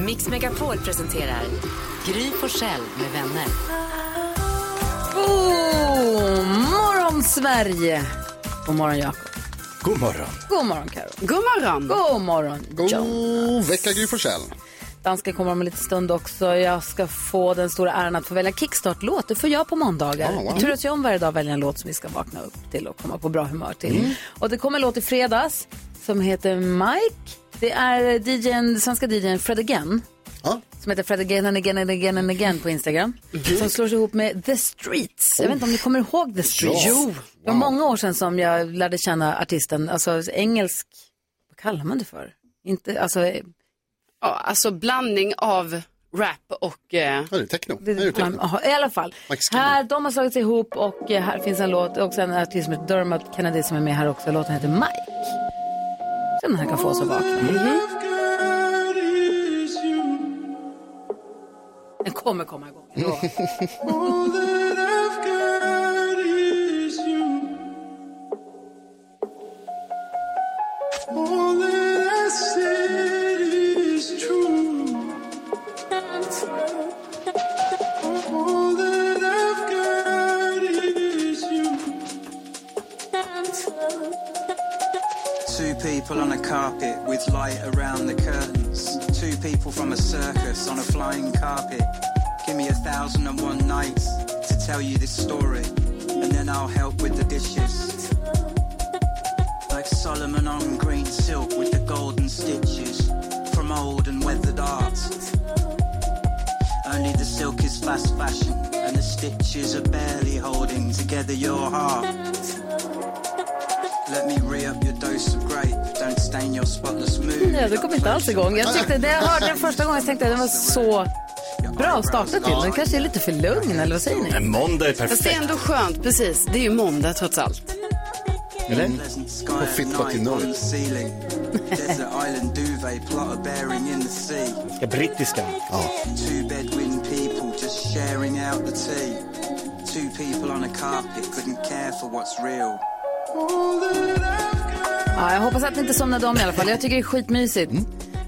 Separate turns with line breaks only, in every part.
Mix Megapol presenterar Gry Forssell med vänner.
God morgon, Sverige! God morgon, Jakob. God morgon, Karo.
God morgon!
God morgon, John.
God vecka Gry Forssell.
Dansken kommer om en liten stund också. Jag ska få den stora äran att få välja kickstart-låt. Det får jag på måndagar.
Ah, wow.
Jag turas ju om varje dag att välja en låt som vi ska vakna upp till och komma på bra humör till.
Mm.
Och det kom en låt i fredags som heter Mike. Det är DJn, svenska DJn Fred Again.
Ja.
Som heter Fred Again and Again and Again and Again på Instagram. Som slår sig ihop med The Streets. Jag vet inte om ni kommer ihåg The Streets?
Mm. Ja.
Det var många år sedan som jag lärde känna artisten. Alltså engelsk, vad kallar man det för? Inte, alltså
Ja, alltså blandning av rap och... Eh,
Här är det techno.
Det,
Här är det techno.
Aha, I alla fall,
Like Skinner.
här, de har slagit sig ihop och eh, här finns en låt och sen en artist som heter Dermot Kennedy som är med här också. Låten heter Mike. Se om den här kan få oss att vakna. Den kommer komma igång. Jag lovar.
Two people on a carpet with light around the curtains. Two people from a circus on a flying carpet. Give me a thousand and one nights to tell you this story, and then I'll help with the dishes. Like Solomon on green silk with the golden stitches from old and weathered art. Only the silk is fast fashion, and the stitches are barely holding together your heart. Let me re-up your dose of grape. Don't stain your spotless mood.
Ja, det kom inte alls igång. Jag tyckte, när jag hörde den första gången så tänkte jag att den var så bra att starta till. Den kanske är lite för lugn, eller vad säger ni?
En måndag är
fast det är
perfekt.
ändå skönt, precis. Det är ju måndag trots allt.
Eller?
Pleasant sky
På
at
Fit
night
Fucking Know
on
It.
the ceiling. Desert island duvet, plotter bearing in the sea.
Ska brittiska.
Two Bedouin people just sharing out the tea. Two people on a carpet couldn't care for what's real.
Ja, jag hoppas att ni inte somnade om i alla fall. Jag tycker det är skitmysigt.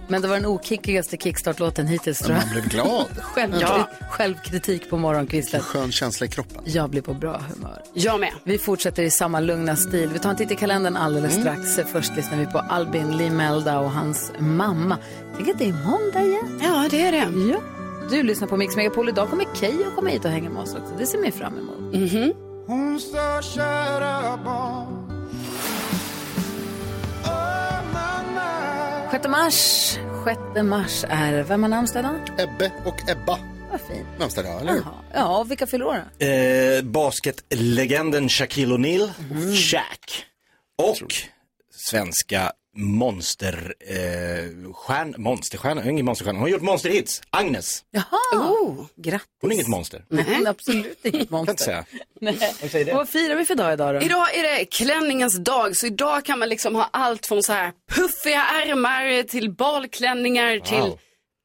Men det var den okickigaste kickstart-låten hittills tror jag.
Man blev glad.
Självkritik, självkritik på morgonkvisten.
Skön känsla i kroppen.
Jag blir på bra humör.
Jag med.
Vi fortsätter i samma lugna stil. Vi tar en titt i kalendern alldeles strax. Först lyssnar vi på Albin Limelda och hans mamma. Tänk att det är måndag igen.
Ja, det är det.
Ja. Du lyssnar på Mix Megapol. Idag kommer Keyyo komma hit och hänga med oss också. Det ser vi fram emot. Sjätte mars. Sjätte mars är... Vem har namnsdag idag?
Ebbe och Ebba.
Vad fint.
Närmsta dag, eller hur?
Jaha. Ja, och vilka fyller år då?
Eh, basketlegenden Shaquille O'Neal, Shaq. Och svenska monster, eh, stjärn, monsterstjärna, hon är ingen monsterstjärna, hon har gjort monsterhits. Agnes,
Jaha!
Oh.
Grattis.
hon är inget monster.
Hon är absolut inget
Kan inte
monster.
säga.
Och Vad firar vi för dag idag då?
Idag är det klänningens dag, så idag kan man liksom ha allt från så här puffiga ärmar till balklänningar till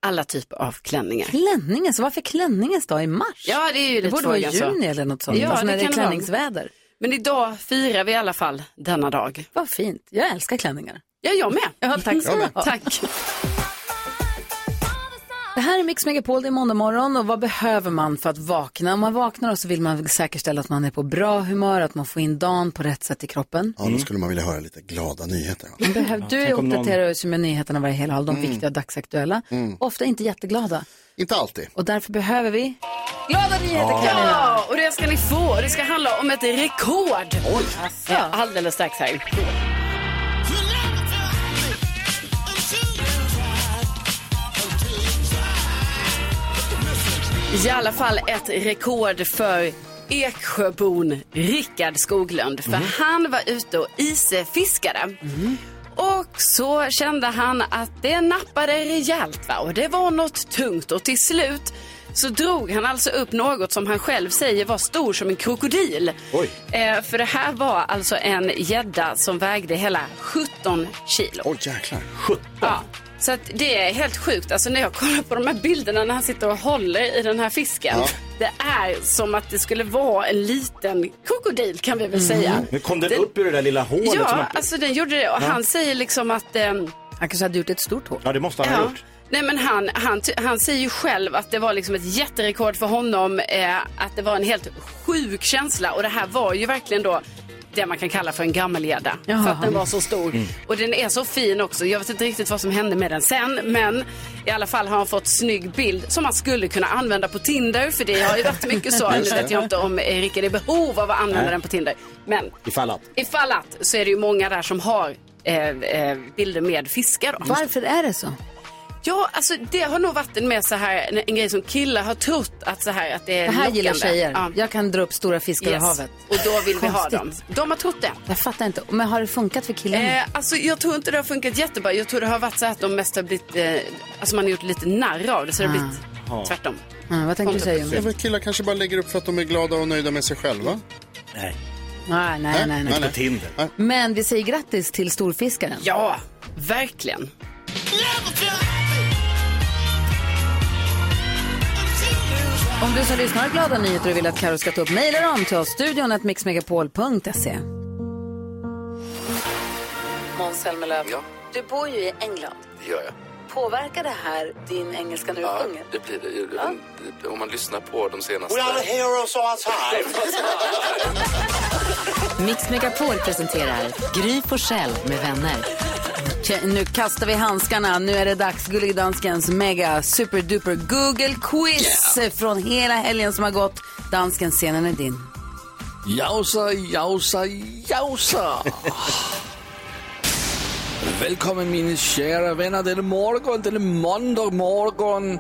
alla typer av klänningar.
Klänningen, så varför klänningens dag i mars?
Ja, det är ju
det
lite
borde vara i
frågan, så.
juni eller något sånt.
Ja,
alltså
det
när det är
kan det vara.
klänningsväder.
Men idag firar vi i alla fall denna dag.
Vad fint. Jag älskar klänningar.
Ja, jag med.
Ja, tack så mycket.
Tack.
Det här är Mix Megapol, det är måndag morgon och vad behöver man för att vakna? Om man vaknar så vill man säkerställa att man är på bra humör, att man får in dagen på rätt sätt i kroppen.
Ja, då skulle man vilja höra lite glada nyheter. va?
Behöv, du
tänk om någon-
uppdaterar oss ju med nyheterna varje hel dag, de
Mm.
viktiga dagsaktuella. Ofta inte jätteglada
Inte alltid.
och därför behöver vi glada nyheter Karolina.
Ja, och det ska ni få. Det ska handla om ett rekord. Ja, alldeles strax här. I alla fall ett rekord för Eksjöbon Rickard Skoglund. För han var ute och isfiskade. Och så kände han att det nappade rejält va? och det var något tungt och till slut så drog han alltså upp något som han själv säger var stor som en krokodil.
Oj.
Eh, för det här var alltså en gädda som vägde hela 17 kilo.
Oj, jäklar.
17.
Ja. Så att det är helt sjukt. Alltså när jag kollar på de här bilderna när han sitter och håller i den här fisken.
Ja.
Det är som att det skulle vara en liten krokodil kan vi väl säga.
Mm. Nu kom den
Det-
upp ur det där lilla hålet.
Ja,
som man...
alltså den gjorde det. Och han säger liksom att... ehm,
Han kanske hade gjort ett stort hål.
ja det måste han ha
ja.
gjort.
Nej men han, han, ty- han säger ju själv att det var liksom ett jätterekord för honom. Eh, att det var en helt sjuk känsla. Och det här var ju verkligen då det man kan kalla för en gammelgädda.
Jaha.
För att den var så stor.
Mm.
Och den är så fin också. Jag vet inte riktigt vad som hände med den sen. Men i alla fall har han fått snygg bild som man skulle kunna använda på Tinder. För det har ju varit mycket så. Nu vet jag inte om eh, Rickard är i behov av att använda den på Tinder. Men
Ifall att.
Ifall att så är det ju många där som har eh, eh, bilder med fiskar. Då.
Varför är det så?
Ja, alltså det har nog varit en, med så här, en, en grej som killar har trott att så här att det är
Det här gillar
lockande.
tjejer.
Ja.
Jag kan dra upp stora fiskar
Yes.
i havet.
Och då vill vi ha
Konstigt.
dem. De har trott det.
Jag fattar inte. Men har det funkat för killarna?
Eh, alltså, jag tror inte det har funkat jättebra. Jag tror det har varit så här att de mest har blivit, eh, alltså man har gjort lite narr av det så det har blivit tvärtom.
Mm, vad tänker du säga? Jonas?
Ja, men killar kanske bara lägger upp för att de är glada och nöjda med sig själva.
Nej,
Nej, nej, nej, nej.
på Tinder.
Men vi säger grattis till storfiskaren.
Ja, verkligen.
Om du som lyssnar har glada nyheter och vill att Karo ska ta upp mejla dem till oss. Studion at mixmegapol.se. Måns Zelmerlöw, du bor ju i England.
Det gör jag.
Påverkar det här din engelska när du sjunger?
det blir det. ju. Det- Om man lyssnar på de senaste...
Mix Megapol presenterar Gry Forssell med vänner.
Okej, nu kastar vi handskarna. Nu är det dags. Gullig Danskens mega superduper Google quiz från hela helgen som har gått. Dansken, scenen är din.
Jausa, jausa, jausa! Välkommen mina kära vänner denna morgon, denna måndag morgon.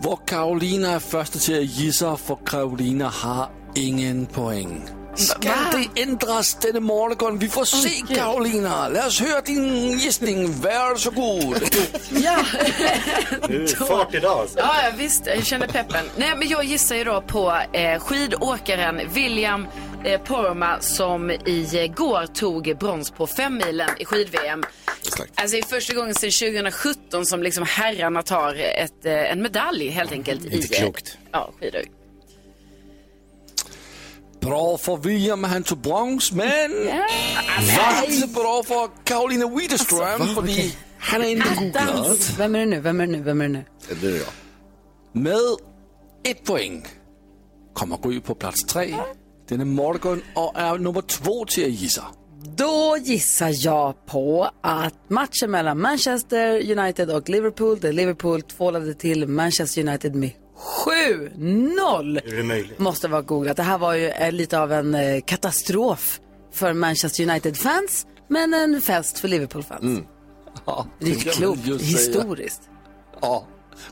Vår Karolina är första till att gissa för Karolina har ingen poäng. Ska det ändras denna morgon? Vi får se Karolina. Låt oss höra din gissning. Varsågod.
Nu är det fart idag alltså.
Ja, ja, visst. Jag känner peppen. Nej, men jag gissar ju då på eh, skidåkaren William eh, Poromaa som igår tog brons på femmilen i skid-VM. Alltså det är första gången sedan 2017 som liksom herrarna tar ett, eh, en medalj helt enkelt. i,
Inte
eh,
klokt.
Ja, skidor.
Bra för William, han tog brons, men yeah. inte bra för Karolina Widerström, för han är inte googlad.
Äh, Vem är det nu? Vem är det nu? Vem är det nu?
Det är jag.
Med ett poäng kommer Gry på plats tre denna morgon och är nummer två till att gissa.
Då gissar jag på att matchen mellan Manchester United och Liverpool, där Liverpool tvålade till Manchester United med 7-0.
Hur är det möjligt?
Måste vara googlat. Det här var ju eh, lite av en eh, katastrof för Manchester United-fans, men en fest för Liverpool-fans.
Mm.
Ja,
Det är ju
kan
klokt,
man ju säga.
historiskt.
Ja,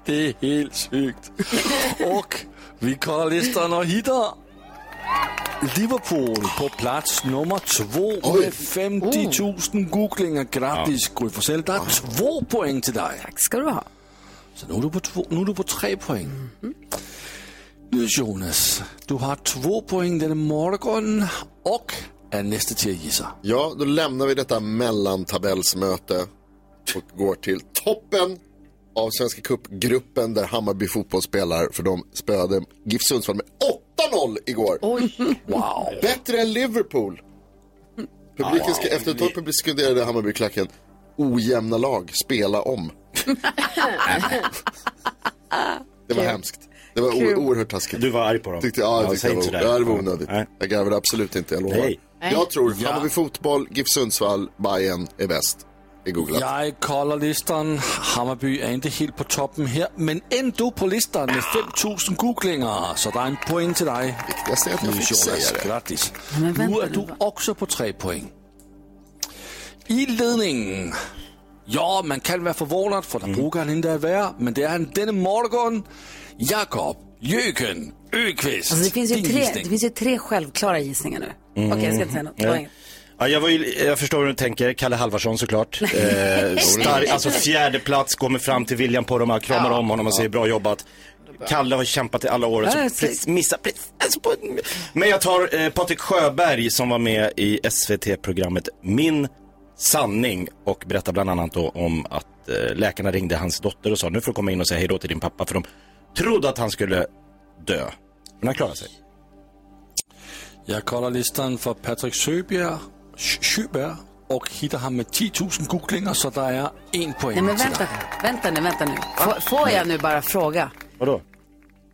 det är helt sjukt. Och vi kollar listan och hittar Liverpool på plats nummer två med 50 000 googlingar. Grattis Gry Forssell, det är två poäng till dig.
Tack ska du ha.
Så nu är du på, två, nu är du på tre poäng. Nu Jonas, du har två poäng denna morgon och är nästa till att gissa.
Ja, då lämnar vi detta mellantabellsmöte och går till toppen av Svenska Cup-gruppen där Hammarby fotboll spelar för de spöade GIF Sundsvall med 8-0 igår.
Wow!
Bättre än Liverpool. Publiken ska, efter ett tag publicerade Hammarbyklacken ojämna lag, spela om. det var hemskt. Det var o- oerhört taskigt.
Du var arg på dem.
Tyckte, ja, jag tyckte
säg
det,
inte
var,
sådär.
ja, det var onödigt.
Nej.
Jag garvade absolut inte, jag lovar.
Nej.
Jag tror Hammarby fotboll, GIF Sundsvall, Bayern är bäst. Det är googlat.
Jag kollar listan. Hammarby är inte helt på toppen här, men ändå på listan med 5000 googlingar. Så det är en poäng till dig,
Jag säger att jag
nu
fick
Jonas.
säga det.
Grattis.
men vänta
Nu är
nu,
du
va?
också på tre poäng. I ledningen. Ja, man kan vara förvånad för där brukar han inte vara, men det är han denna morgon. Jakob Jöken Öqvist.
Alltså, det, finns ju
Din
tre,
gissning.
det finns ju tre självklara gissningar nu. Okej, jag ska inte säga något. Det var inget.
Mm. Ja, jag, var ju, jag förstår hur du tänker, Kalle Halvarsson såklart. Eh, stark, alltså fjärde plats, kommer fram till William Poromaa, kramar om honom och säger bra jobbat. Kalle har kämpat i alla år och så
Ja, så-
precis, missar precis på... Men jag tar eh, Patrik Sjöberg som var med i SVT-programmet Min sanning och berättar bland annat då om att eh, läkarna ringde hans dotter och sa nu får du komma in och säga hej då till din pappa för de trodde att han skulle dö. Men han klarade sig.
Jeg kolder listen for Patrick Søbjerg, Sch- Sjøberg og hitter ham med 10.000 googlinger, så der er en point
Nej men
til
vänta,
dig.
vänta nu, vänta nu. Får, får jag nu bara fråga?
Vadå? Mm.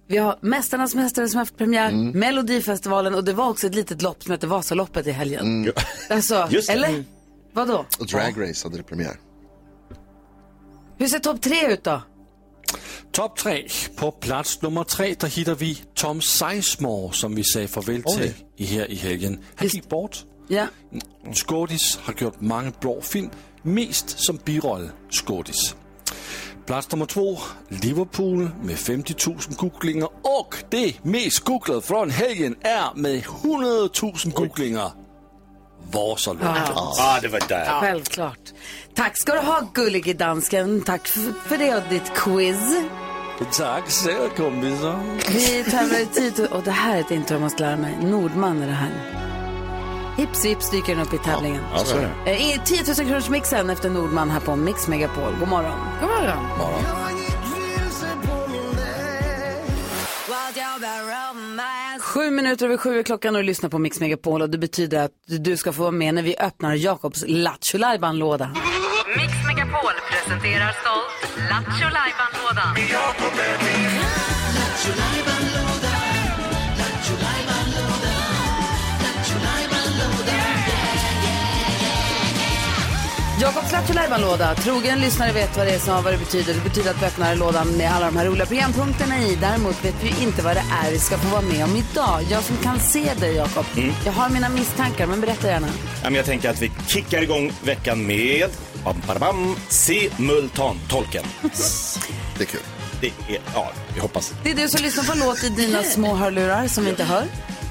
Vi har Mästarnas mästare som har haft premiär, Melodifestivalen og det var också ett litet lopp som hette Vasaloppet i helgen. Alltså,
Mm. Just det. Mm.
eller? Vadå?
Och Drag Race hade det premiär.
Hur ser topp tre ut då?
Top 3. På plads nummer 3, der hitter vi Tom Sizemore, som vi sagde farvel til i her i helgen. Han gik bort.
Ja.
Skådis har gjort mange blå film, mest som birolle Skådis. Plads nummer 2, Liverpool med 50.000 googlinger, og det mest googlede fra en helgen er med 100.000 googlinger. Vores og Lund.
Ah, det var där.
Självklart. Tack ska du ha gullige dansken. Tack f- för det och ditt quiz.
Tak selv, kompiser.
Vi tävlar i 10 och det här är ett intro jag måste lära mig. Nordman är det här. Hips vips dyker den upp i tävlingen.
Ja, så är det.
Eh, i 10 000 kronors mixen efter Nordman här på Mix Megapol. God morgon.
God morgon.
Sju minuter över sju är klockan och du lyssnar på Mix Megapol och det betyder att du ska få vara med när vi öppnar Jakobs Lattjo låda
Mix Megapol presenterar stolt Lattjo Lajban-lådan.
Jakobs Lattjo-lajban-låda. Trogen lyssnare vet vad det är som vad det betyder. Det betyder att vi öppnar lådan med alla de här roliga programpunkterna i. Däremot vet vi ju inte vad det är vi ska få vara med om idag. Jag som kan se dig, Jakob. Jag har mina misstankar, men berätta gärna.
Ja, men jag tänker att vi kickar igång veckan med bam, bam, bam, simultantolken.
Det är kul.
Det är, ja, vi hoppas.
Det är du som lyssnar på en låt i dina små hörlurar som vi inte hör.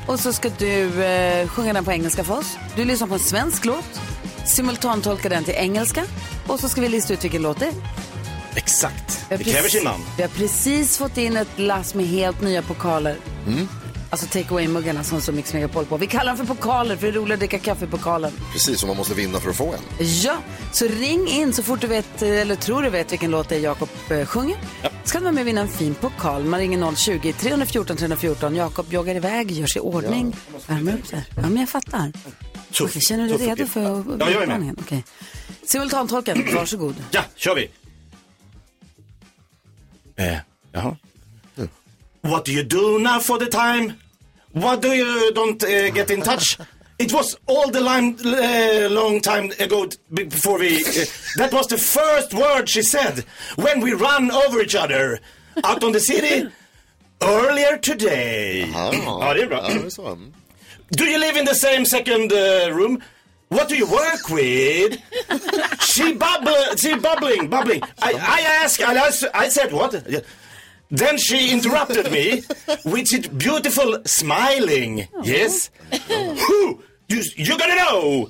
Och så ska du eh, sjunga den på engelska för oss. Du lyssnar på en svensk låt, simultantolkar den till engelska och så ska vi lista ut vilken låt det är.
Exakt.
Vi
Det
har
kräver
precis-
sin man.
Vi har precis fått in ett lass med helt nya pokaler.
Mm.
Alltså take away-muggarna som så Mix Megapol på. Vi kallar dem för pokaler för det är roligt att dricka kaffe i pokalen.
Precis som man måste vinna för att få en.
Ja, så ring in så fort du vet, eller tror du vet vilken låt det är Jakob eh, sjunger. Ska du vara med och vinna en fin pokal. Man ringer 020-314 314. Jakob joggar iväg, gör sig i ordning, värmer upp sig. Ja, men jag fattar.
Tuff,
Okej, känner du
tuff
dig redo
uppgift.
för att...
Ja, jag är med.
ordningen? Okej. Simultantolken, varsågod.
Ja, kör vi. Eh, jaha. What do you do now for the time? What do you don't eh, get in touch? It was all the line, eh, long time ago t- be- before we... eh, that was the first word she said when we run over each other out on the city earlier today.
Uh-huh.
Ja, det är bra.
Ah. Ja, det är så. Mm.
Do you live in the same second uh, room? What do you work with? she bubble, she bubbling, bubbling. I, I asked, I, asked, I said what? Yeah. Then she interrupted me with it beautiful smiling. Yes. Who? You, you're gonna know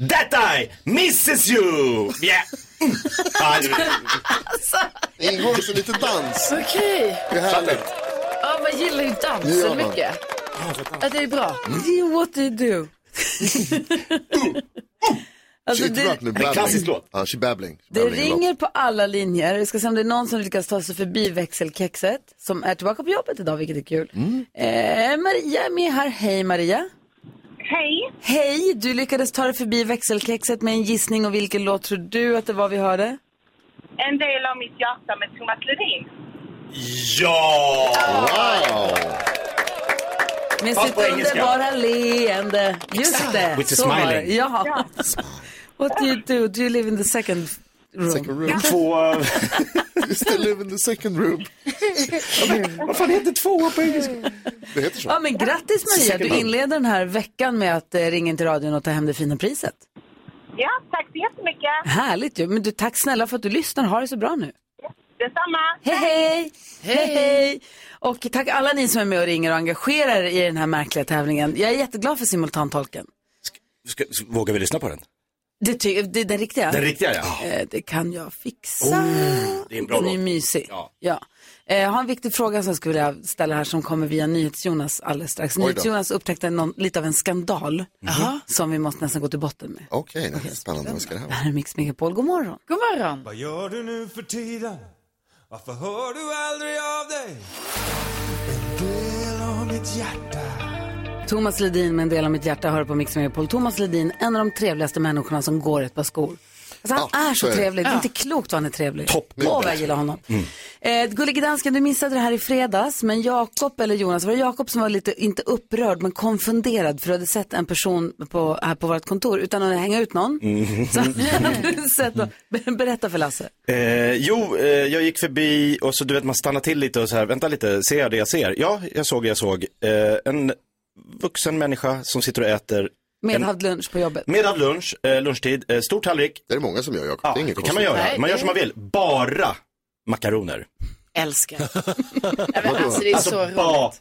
that I misses you. Yeah. Alltså, Ja, det-
Det ingår också lite dans.
Okej.
Det är härligt.
Ja, man gillar ju
gör
dansen
man.
mycket. Ja, det är bra.
What do you do? alltså,
She
det,
interrupted me
En klassisk
babbling.
låt.
Ja, she babbling.
Det
Babbling, förlåt.
ringer på alla linjer. Vi ska se om det är någon som lyckas ta sig förbi växelkexet som är tillbaka på jobbet idag, vilket är kul.
Mm.
Eh, Maria är med här. Hej Maria.
Hej.
Hej, du lyckades ta dig förbi växelkexet med en gissning och vilken låt tror du att det var vi hörde?
En del av mitt hjärta med Thomas Ledin.
Ja!
Wow!
Med
Fast
sitt
på engelska.
underbara leende. Just det.
With the
så var det.
smiling.
Ja. What do you do? Do you live in the second room?
Second room.
Två...
You still live in the second room.
Vad fan heter tvåa på engelska?
Det heter
Ja,
så.
men grattis Maria.
Second
Du
room.
inleder den här veckan med att eh, ringa in till radion och ta hem det fina priset.
Ja, tack så jättemycket.
Härligt ju. Men du, tack snälla för att du lyssnar. Ha det så bra nu.
Detsamma.
Hej, hej! Hej, hej! Och tack alla ni som är med och ringer och engagerar er i den här märkliga tävlingen. Jag är jätteglad för simultantolken.
Ska, vågar vi lyssna på den?
Det, ty- det är den riktiga?
Den riktiga, ja.
Eh, det kan jag fixa.
Oh, Det är en bra
den är
låt.
mysig.
Ja.
Ja. Eh, jag har en viktig fråga som jag skulle vilja ställa här som kommer via NyhetsJonas alldeles strax.
Oj då.
NyhetsJonas upptäckte någon, lite av en skandal som vi måste nästan gå till botten med.
Okej, det är spännande. Vad ska det här
Det
vara?
här är Mix Megapol, god morgon.
God morgon.
Vad gör du nu för tiden? Varför hör du aldrig av dig? En del av mitt hjärta
Thomas Ledin med en del av mitt hjärta hör på Mix Megapol. Thomas Ledin, en av de trevligaste människorna som går ett par skor. Alltså, han är så
så är det.
trevlig, det är
Ja.
inte klokt vad han är trevlig.
Toppmodell.
Åh, vad jag gillar honom. Eh, Gullige dansken, du missade det här i fredags, men Jakob eller Jonas, var det Jakob som var lite, inte upprörd, men konfunderad för du hade sett en person på, här på vårt kontor utan att hänga ut någon.
Mm.
Så, sett någon. Ber- Berätta för Lasse.
Eh, jo, eh, jag gick förbi och så du vet man stannar till lite och så här, vänta lite, ser jag det jag ser? Ja, jag såg det jag såg. Eh, en vuxen människa som sitter och äter en
Medhavd lunch på jobbet.
Medhavd lunch, eh, lunchtid, eh, stor tallrik.
Det är det många som gör Jakob.
Ja,
Det
det,
är inget
kan man göra.
konstigt.
man gör
det-
som man vill. Bara makaroner.
Älskar. ja, men alltså det är så roligt.
bara.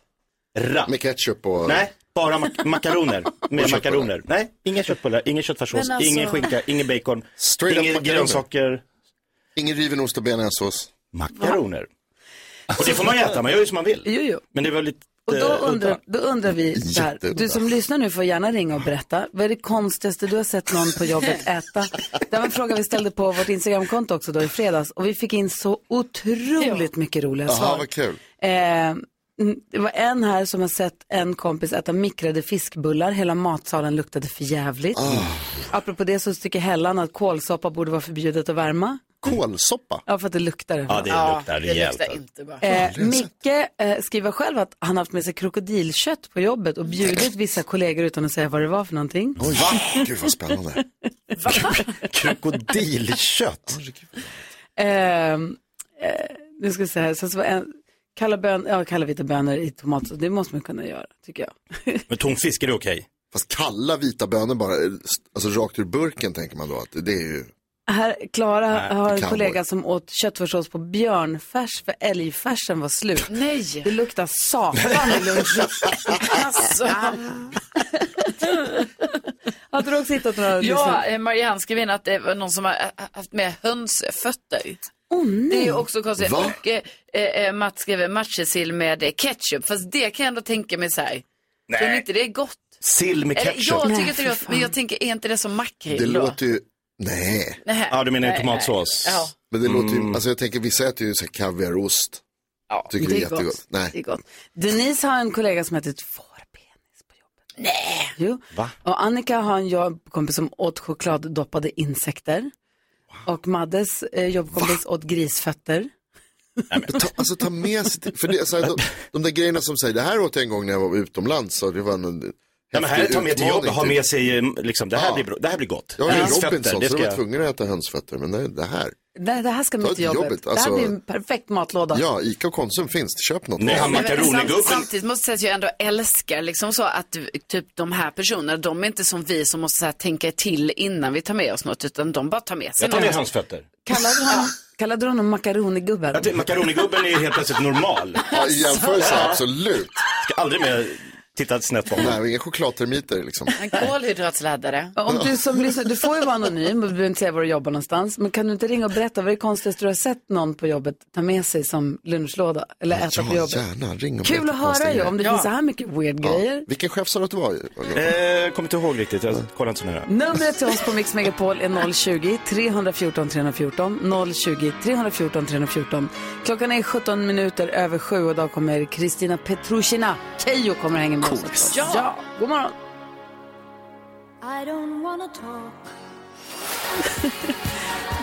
Med ketchup och...
Nej, bara mak- makaroner. Med
köttbullar.
makaroner. Nej, inga köttbullar, ingen köttfärssås,
Men alltså-
ingen skinka, ingen bacon,
Straight up
ingen
makaroner.
grönsaker.
Ingen riven ost och bearnaisesås.
Makaroner. Och det får man ju äta, man gör ju som man vill.
Jo, jo.
Men det var lite
Och då
eh,
undrar,
udda.
då undrar vi så här,
Jätteudda.
du som lyssnar nu får gärna ringa och berätta, vad är det konstigaste du har sett någon på jobbet äta? Det var en fråga vi ställde på vårt Instagramkonto också då i fredags och vi fick in så otroligt mycket roliga
Jaha,
svar.
vad kul.
Eh, mm, det var en här som har sett en kompis äta mikrade fiskbullar, hela matsalen luktade för jävligt.
Ah.
Apropå det så tycker Hellan att kålsoppa borde vara förbjudet att värma.
Kålsoppa?
Ja, för att det luktar.
Ja, det luktar rejält. alltså.
inte bra.
Eh, Micke eh, skriver själv att han haft med sig krokodilkött på jobbet och bjudit vissa kollegor utan att säga vad det var för någonting.
Oj, gud vad spännande.
Krokodilkött.
Eh, eh, nu ska vi se här, sen så var en, kalla, bön, ja, kalla vita bönor i tomatsås, det måste man kunna göra tycker jag.
Men tonfisk är det okej.
Fast kalla vita bönor bara, alltså rakt ur burken tänker man då att det är ju...
Här, Klara
Nej,
har en
cowboy.
kollega som åt köttfärssås på björnfärs för älgfärsen var slut.
Nej!
Det luktar satan i lunchen.
Alltså.
Har du också hittat några?
Ja, eh, Marianne skrev in att det var någon som har eh, haft med hönsfötter.
Oh, nej.
Det är ju också konstigt.
Va?
Och eh, eh, Mats skrev matjessill med eh, ketchup. Fast det kan jag ändå tänka mig så här. Tror ni inte det är gott?
Sill med
Eller,
ketchup.
jag tycker att det är gott, men jag tänker, är inte det som makrill
Det
då?
låter ju, nej.
Nej.
Ja, du menar ju
Nej,
tomatsås.
nej. Ja.
Men det låter
Mm.
ju, alltså jag tänker vissa äter ju så här kaviarost.
Ja,
Tycker det är jättegott.
gott. Det är
Nej.
gott. Denise har en kollega som heter ett fårpenis på jobbet. Nej! Jo.
Va?
Och Annika har en jobbkompis som åt chokladdoppade insekter. Och Maddes eh, jobbkompis åt grisfötter.
Ta, alltså ta med sig, till- för det, så här, de, de där grejerna som säger, det här åt jag en gång när jag var utomlands. Så det var en
Nej, men här, ta med till jobbet, ha med sig, eh, liksom, det här,
Ja.
blir, bra- det här blir gott.
Jag var ju
Hönsfötter,
Robinson
det
så
ska
de var
jag-
tvungna att äta hönsfötter. Men det, det här,
Nej, det här ska
Ta
man
ett
inte jobbet.
jobbet,
Det
alltså.
här blir en perfekt matlåda.
ja Ica och Konsum finns, köp något.
Nej, han
Nej, men
makaronigubben.
samt- Samtidigt måste jag säga att jag ändå älskar liksom så att typ de här personerna, de är inte som vi som måste så här, tänka till innan vi tar med oss något, utan de bara tar med sig
Jag tar med
något.
hönsfötter.
Kallade du honom, kallade du honom makaronigubben?
Jag tycker Makaronigubben är ju helt plötsligt normal.
Ja, I jämförelse, absolut.
Ska aldrig mer titta snett på honom.
Nej, inga chokladtermiter liksom.
En kolhydratsladdare.
Om du som lyssnar, du får ju vara anonym och du behöver inte säga var du jobbar någonstans. Men kan du inte ringa och berätta vad är det konstigaste du har sett någon på jobbet ta med sig som lunchlåda eller äta på
Ja,
jobbet?
gärna. Ring och
Kul
berätta
att
konstiga
höra ju
grejer.
om det finns så här mycket weird grejer.
Vilken chef sa du att du var?
Eh, kommer inte ihåg riktigt, jag kollar inte så nära.
Numret till oss på Mix Megapol är 020-314 314, 020-314 314. Klockan är 17 minuter över sju och då kommer Kristina Petrushina, Keyyo kommer hänga med oss. också.
Ja.
ja, god morgon.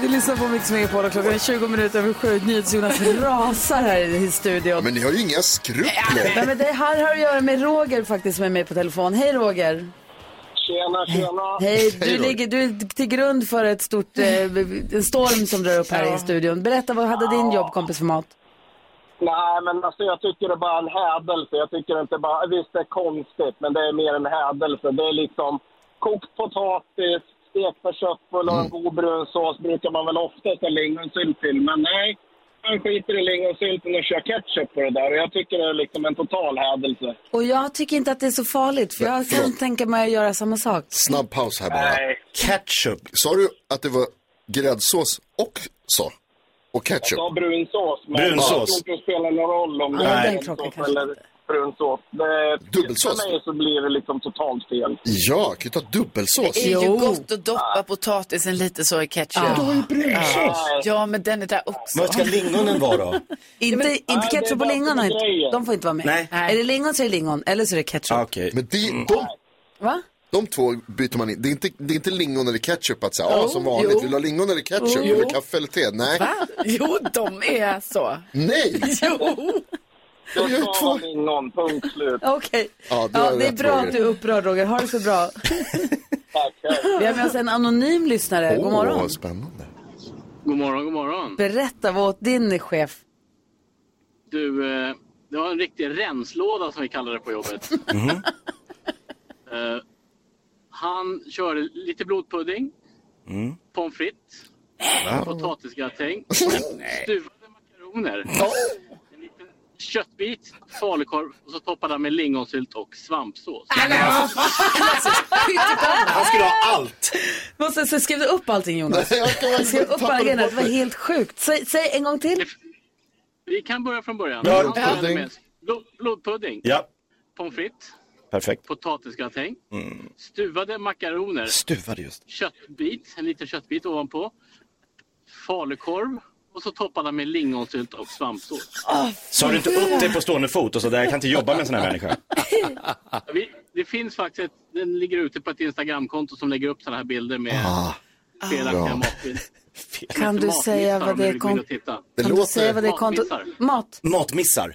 Du lyssnar på Mix Megapol och klockan är 20 minuter över sju. NyhetsJonas rasar här i studion.
Men ni har ju inga
Nej,
skrupler.
men det här har att göra med Roger faktiskt som är med på telefon. Hej Roger!
Tjena, tjena.
Hej, du,
Hej, Roger.
ligger, du är till grund för ett stort, eh, en storm som drar upp här i studion. Berätta, vad hade din jobbkompis för mat?
Nej, men alltså jag tycker det är bara en hädelse. Jag tycker inte bara, visst det är konstigt, men det är mer en hädelse. Det är liksom kokt potatis, stekta köttbullar
Mm.
och en god brun sås brukar man väl oftast ha lingonsylt till. Men nej, man skiter i lingonsylten och kör ketchup på det där. Och jag tycker det är liksom en total hädelse.
Och jag tycker inte att det är så farligt, för jag kan
förlåt.
tänka mig att göra samma sak.
Snabb paus här bara.
Ketchup.
Sa du att det var gräddsås och så? Och
Jag
ketchup.
sa brunsås, men
Brunsås.
jag tror inte det spelar någon roll om det
Nej.
är
Den
brunsås eller brunsås. Det,
Dubbelsås.
För mig så blir det liksom totalt fel.
Ja, kan ju ta dubbelsås.
Det är ju gott att doppa potatisen lite så i ketchup.
Ja. Du har ju
Ja. Ja, men den är där också.
Vad ska lingonen vara då?
Inte, inte ketchup på lingon, har inte- de får inte vara med.
Nej.
Är det lingon så är det lingon, eller så är det ketchup.
Ah,
Men de, de,
Va?
de två byter man in. Det är inte, det är inte lingon eller ketchup att säga, ja
Jo,
som vanligt,
jo.
vill du ha lingon eller ketchup?
Jo.
Vill du ha kaffe eller te? Nej.
Va? Ah, Jo, de är så.
Nej!
Jo.
Jag ska ha lingon, punkt slut.
Okej.
Ja, du
Ja,
har
det är
rätt,
bra
Roger.
att du är upprörd Roger. Ha det så bra. Vi har med oss en anonym lyssnare. God morgon.
spännande.
God morgon, god morgon.
Berätta, vad åt din chef?
Du, eh, det var en riktig renslåda som vi kallade det på jobbet. Eh, han körde lite blodpudding,
Mm.
pommes frites,
Va?
potatisgratäng, stuvade makaroner, en liten köttbit, falukorv och så toppade han med lingonsylt och svampsås.
Han skulle ha allt.
Måste, så skrev du upp allting Jonas?
Nej, jag kan-
Alltså, Jag skrev upp alla
tappade
grejerna.
bort
Det var
det.
helt sjukt. Säg, säg en gång till.
Vi kan börja från början.
Blodpudding.
Han började med Blod, blodpudding,
Ja,
pommes frites,
perfekt.
potatisgratäng,
Mm.
stuvade makaroner.
Stuvade just.
köttbit, en liten köttbit ovanpå. Falukorv och så toppade han med lingonsylt och svampsås.
Sa du inte upp dig på stående fot och så där, jag kan inte jobba med en sån här människa.
Vi, det finns faktiskt, ett, den ligger ute på ett Instagramkonto som lägger upp sådana här bilder med
Ah.
bra.
felaktiga matbilder.
Kan du
Matmissar
säga
om
vad
ni
det är
vill gå in och
kontot?
titta.
Kan du säga vad det är kontot?
Matmissar.
Mat.
Matmissar.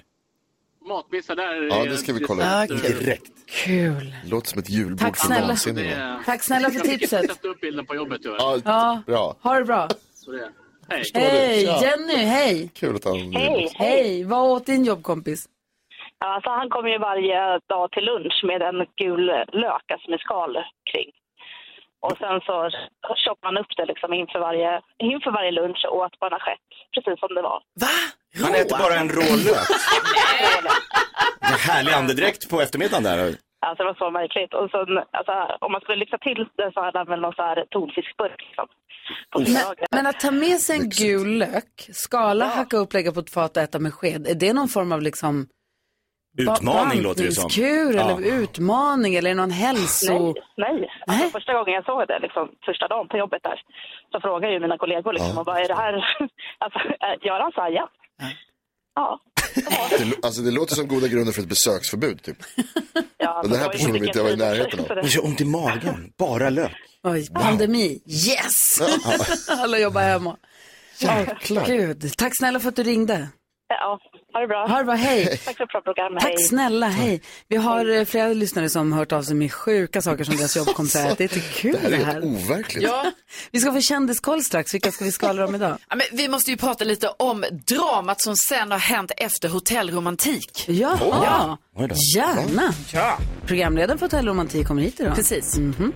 Matmissar, där är
Ja, det ska vi kolla upp.
Direkt.
Kul.
Låter som ett julbord
Tack
för
snälla.
vansinniga.
Tack snälla för tipset.
Sätt upp bilden på jobbet. Du.
Ja.
Bra.
Ha det bra.
Så det är- Hej.
Hej,
Tja.
Jenny, hej.
Kul att han...
Hej.
Hej, vad åt din jobbkompis?
Alltså, han kommer ju varje dag till lunch med en gul lök, alltså med skal kring. Och sen så choppar man upp det liksom inför varje, inför varje lunch och åt på en assiett, precis som det var.
Han äter bara en rå lök. En härlig andedräkt på eftermiddagen där.
Alltså det var så märkligt. Och sen, alltså, om man skulle lyfta till det så hade han väl någon så här tonfiskburk liksom. På middagen.
Men att ta med sig en gul lök, skala, hacka upp, lägga på ett fat och äta med sked, är det någon form av liksom ba-
Utmaning låter det som.
bantningskur
Ja.
eller utmaning eller är det någon hälso...
Nej, nej. Alltså, första gången jag såg det, liksom, första dagen på jobbet där, så frågade ju mina kollegor liksom, och bara, är det här, alltså, äh, gör han så här? Ja. Ja.
Det, lo- alltså, det låter som goda grunder för ett besöksförbud, typ.
ja
Den här personen vill inte jag vara i närheten av.
Det gör ont i magen, bara lök.
Oj, pandemi. Yes! Alla jobbar hemma.
Jäklar.
Åh, Gud. Tack snälla för att du ringde.
Ja, ha det bra.
Ha det bra, hej.
Tack för ett bra program, hej.
Tack snälla, hej. Vi har eh, flera lyssnare som hört av sig med sjuka saker som deras jobb kom säga. Det är inte kul
Det här är
det
helt
här.
overkligt.
Ja.
Vi ska få kändiskoll strax. Vilka ska vi skala om idag?
Ja, men vi måste ju prata lite om dramat som sen har hänt efter hotellromantik.
Jaha.
Ja.
Oj då. Gärna.
Ja.
Programledaren för Hotell Romantik kommer hit idag.
Precis.
Mhm.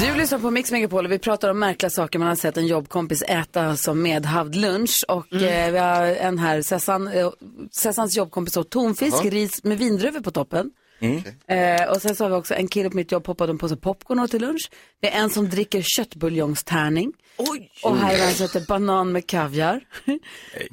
Du lyssnar på Mix Megapol och vi pratar om märkliga saker man har sett en jobbkompis äta som medhavd lunch. Och
Mm.
eh, vi har en här, Sessan, eh, Sessans jobbkompis åt tonfisk,
Ja.
ris med vindruvor på toppen.
Mm.
Eh, och sen så har vi också en kille på mitt jobb poppade en påse popcorn åt till lunch. Det är en som dricker köttbuljongstärning.
Oj. Eh,
Och här är en som äter banan med kaviar.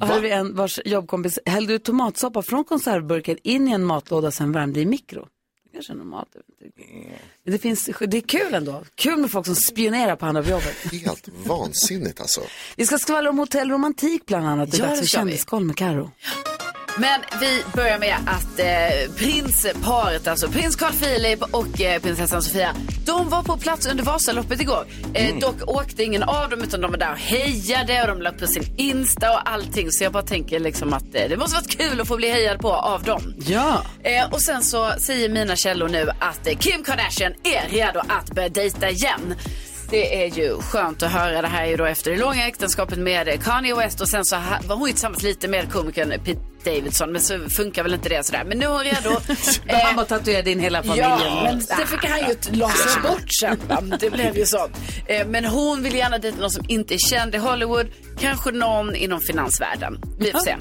och här är vi en vars jobbkompis hällde ut tomatsoppa från konservburken in i en matlåda och sen värmde i mikro. Det kanske är normalt. jag vet inte riktigt. Men det, finns, det är kul ändå. Kul med folk som spionerar på andra på jobbet.
Helt vansinnigt, alltså.
Vi ska skvallra om hotellromantik bland annat. Det är
Ja,
dags
det
för
ska vi. Eh,
kändiskoll med Karo.
Men vi börjar med att eh, prinsparet, alltså prins Carl Philip och eh, prinsessan Sofia, de var på plats under Vasaloppet igår. Eh,
Mm.
Dock åkte ingen av dem utan de var där och hejade och de la upp på sin Insta och allting. Så jag bara tänker liksom att eh, det måste varit kul att få bli hejad på av dem.
Ja.
Eh, och sen så säger mina källor nu att eh, Kim Kardashian är redo att börja dejta igen. Det är ju skönt att höra. Det här är ju då efter det långa äktenskapet med eh, Kanye West och sen så ha- var hon ju tillsammans lite med komikern Pete Davidson men så funkar väl inte det sådär. Men nu är hon redo. Eh,
Han bara tatuerade in hela familjen.
Ja, men sen fick han ju lasa bort sen. va? Det blev ju så. Eh, Men hon vill gärna dejta någon som inte är känd i Hollywood. Kanske någon inom finansvärlden. Vi får se.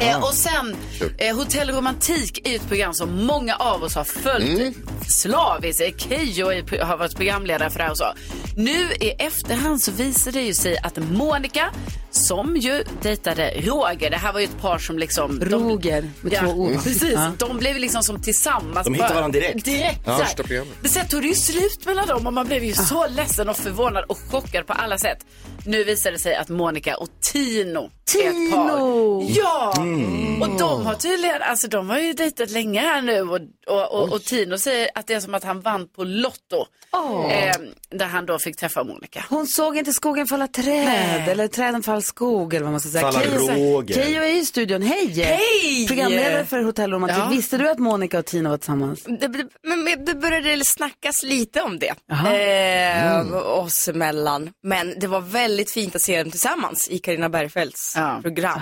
Eh, och sen, eh, Hotell Romantik är ju ett program som många av oss har följt
Mm.
slaviskt. Eh, Keyyo är- har varit programledare för det här och så. Nu i efterhand så visar det ju sig att Monica, som ju dejtade Roger, det här var ju ett par som liksom... Roger,
med två O, va?
Precis,
Ja.
de blev ju liksom som tillsammans.
De hittade
bara-
varandra direkt.
Direkt,
Ja.
så här.
Första programmet.
Men sen tog det ju slut mellan dem och man blev ju så ledsen och förvånad och chockad på alla sätt. Nu visar det sig att Monica och Tino är ett par. Ja!
Mm.
Och de har tydligen, alltså de har ju dejtat länge här nu och, och, och, och Tino säger att det är som att han vann på Lotto.
Åh.
Eh, där han då fick träffa Monica.
Hon såg inte skogen falla träd, eller träden fall skog, eller vad man ska säga.
Falla
Keyyo
Roger.
Keyyo är i studion. Hej!
Hej!
Programledare för Hotell Romantik.
Ja.
Visste du att Monica och Tina var tillsammans?
Det, det, men men det började snackas lite om det
Jaha.
eh,
Mm.
oss emellan. Men det var väldigt fint att se dem tillsammans i Carina Bergfeldts program.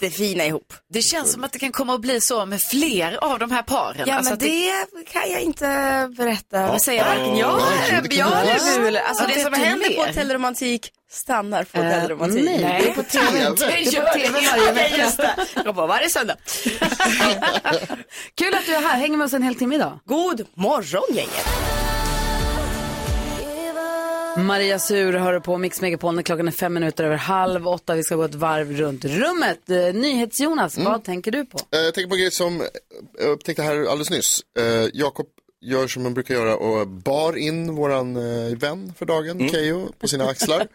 Jättefina ihop.
Det känns som att det kan komma att bli så med fler av de här paren.
Ja,
Alltså
men
att
det kan jag inte berätta. Vad säger varken jag,
Ja, det kan
eller
du
Björn
inte.
eller du. eller- Alltså
Ja,
det
det
som
är
händer på
mer.
Hotell Romantik stannar på
Eh,
Hotell Romantik.
nej, det är på TV.
Det är på TV varje vecka. Jag bara, varje söndag.
Kul att du är här. Hänger med oss en hel timme idag.
God morgon gänget.
Maria Sur hör på Mix Megapol när klockan är fem minuter över halv åtta. Vi ska gå ett varv runt rummet. Eh, NyhetsJonas, vad tänker du på?
Eh, Jag tänker på en grej som jag upptäckte här alldeles nyss. Eh, Jakob gör som man brukar göra och bar in våran eh, vän för dagen, mm. Keyyo, på sina axlar.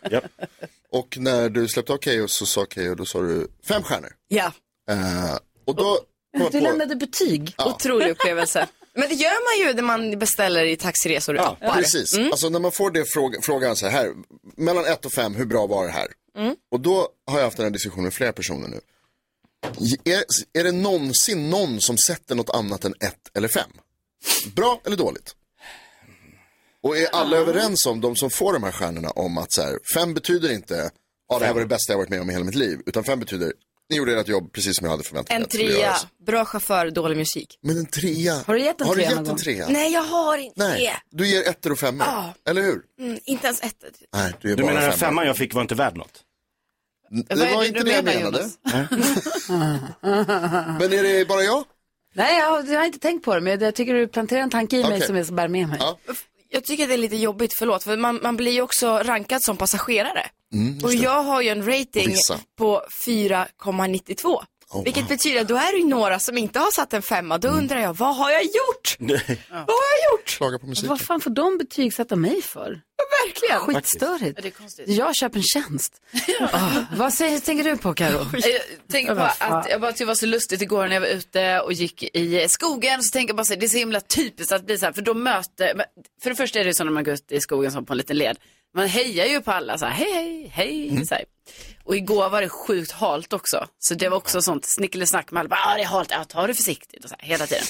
Och när du släppte av Keyyo så sa Keyyo, då sa du fem stjärnor.
Ja.
Eh, och då kom jag
Du
på-
lämnade betyg.
Otrolig upplevelse. Men det gör man ju när man beställer i taxiresor och
Ja,
appar.
precis. Alltså när man får det fråga, frågan så här, mellan 1 och 5, hur bra var det här?
Mm.
Och då har jag haft den här diskussionen med flera personer nu. J- Är, är det någonsin någon som sätter något annat än 1 eller 5? Bra eller dåligt? Och är alla överens om, de som får de här stjärnorna, om att så här, 5 betyder inte, ja det här var det bästa jag varit med om i hela mitt liv, utan 5 betyder, ni gjorde ert jobb precis som jag hade förväntat mig
En
att det skulle
trea,
göras."
bra chaufför, dålig musik.
Men en trea. Har du gett en Har du trea gett någon en gång? trea?
Nej, jag har inte
Nej,
det.
du ger ettor och femmor,
Ja.
eller hur?
Mm, inte ens ett.
Nej, du är
Du
bara
menar den
femma.
femman jag fick var inte värd något?
Det var inte det jag menade. Men är det bara jag?
Nej, jag har, jag har inte tänkt på det, men jag tycker du planterar en tanke i mig
Okej.
som jag bär med mig.
Jag tycker att det är lite jobbigt, förlåt, för man, man blir ju också rankad som passagerare. och jag har ju en rating
Vissa.
på 4,92.
Oh.
vilket betyder att då är det ju några som inte har satt en femma.
Mm.
Då undrar jag, vad har jag gjort? Vad har jag gjort?
Klaga på musiken.
Vad fan får de betygsätta mig för?
Verkligen.
Skitstörigt.
det är konstigt.
Jag köper en tjänst. Ah, vad säger, tänker du på, Karo?
Eh, Jag tänker på
Vad fan.
att jag bara tyckte det var så lustigt igår när jag var ute och gick i eh, skogen. Så tänker jag bara så här, det är så himla typiskt att bli så här, för då möter, men för det första är det ju så när man går ut i skogen som på en liten led. Man hejar ju på alla så här, hej, hej, hej. Så här. Och igår var det sjukt halt också. Så det var också sånt snickelsnack med alla, bara, ah, det är halt, ja, ta det försiktigt och så här, hela tiden.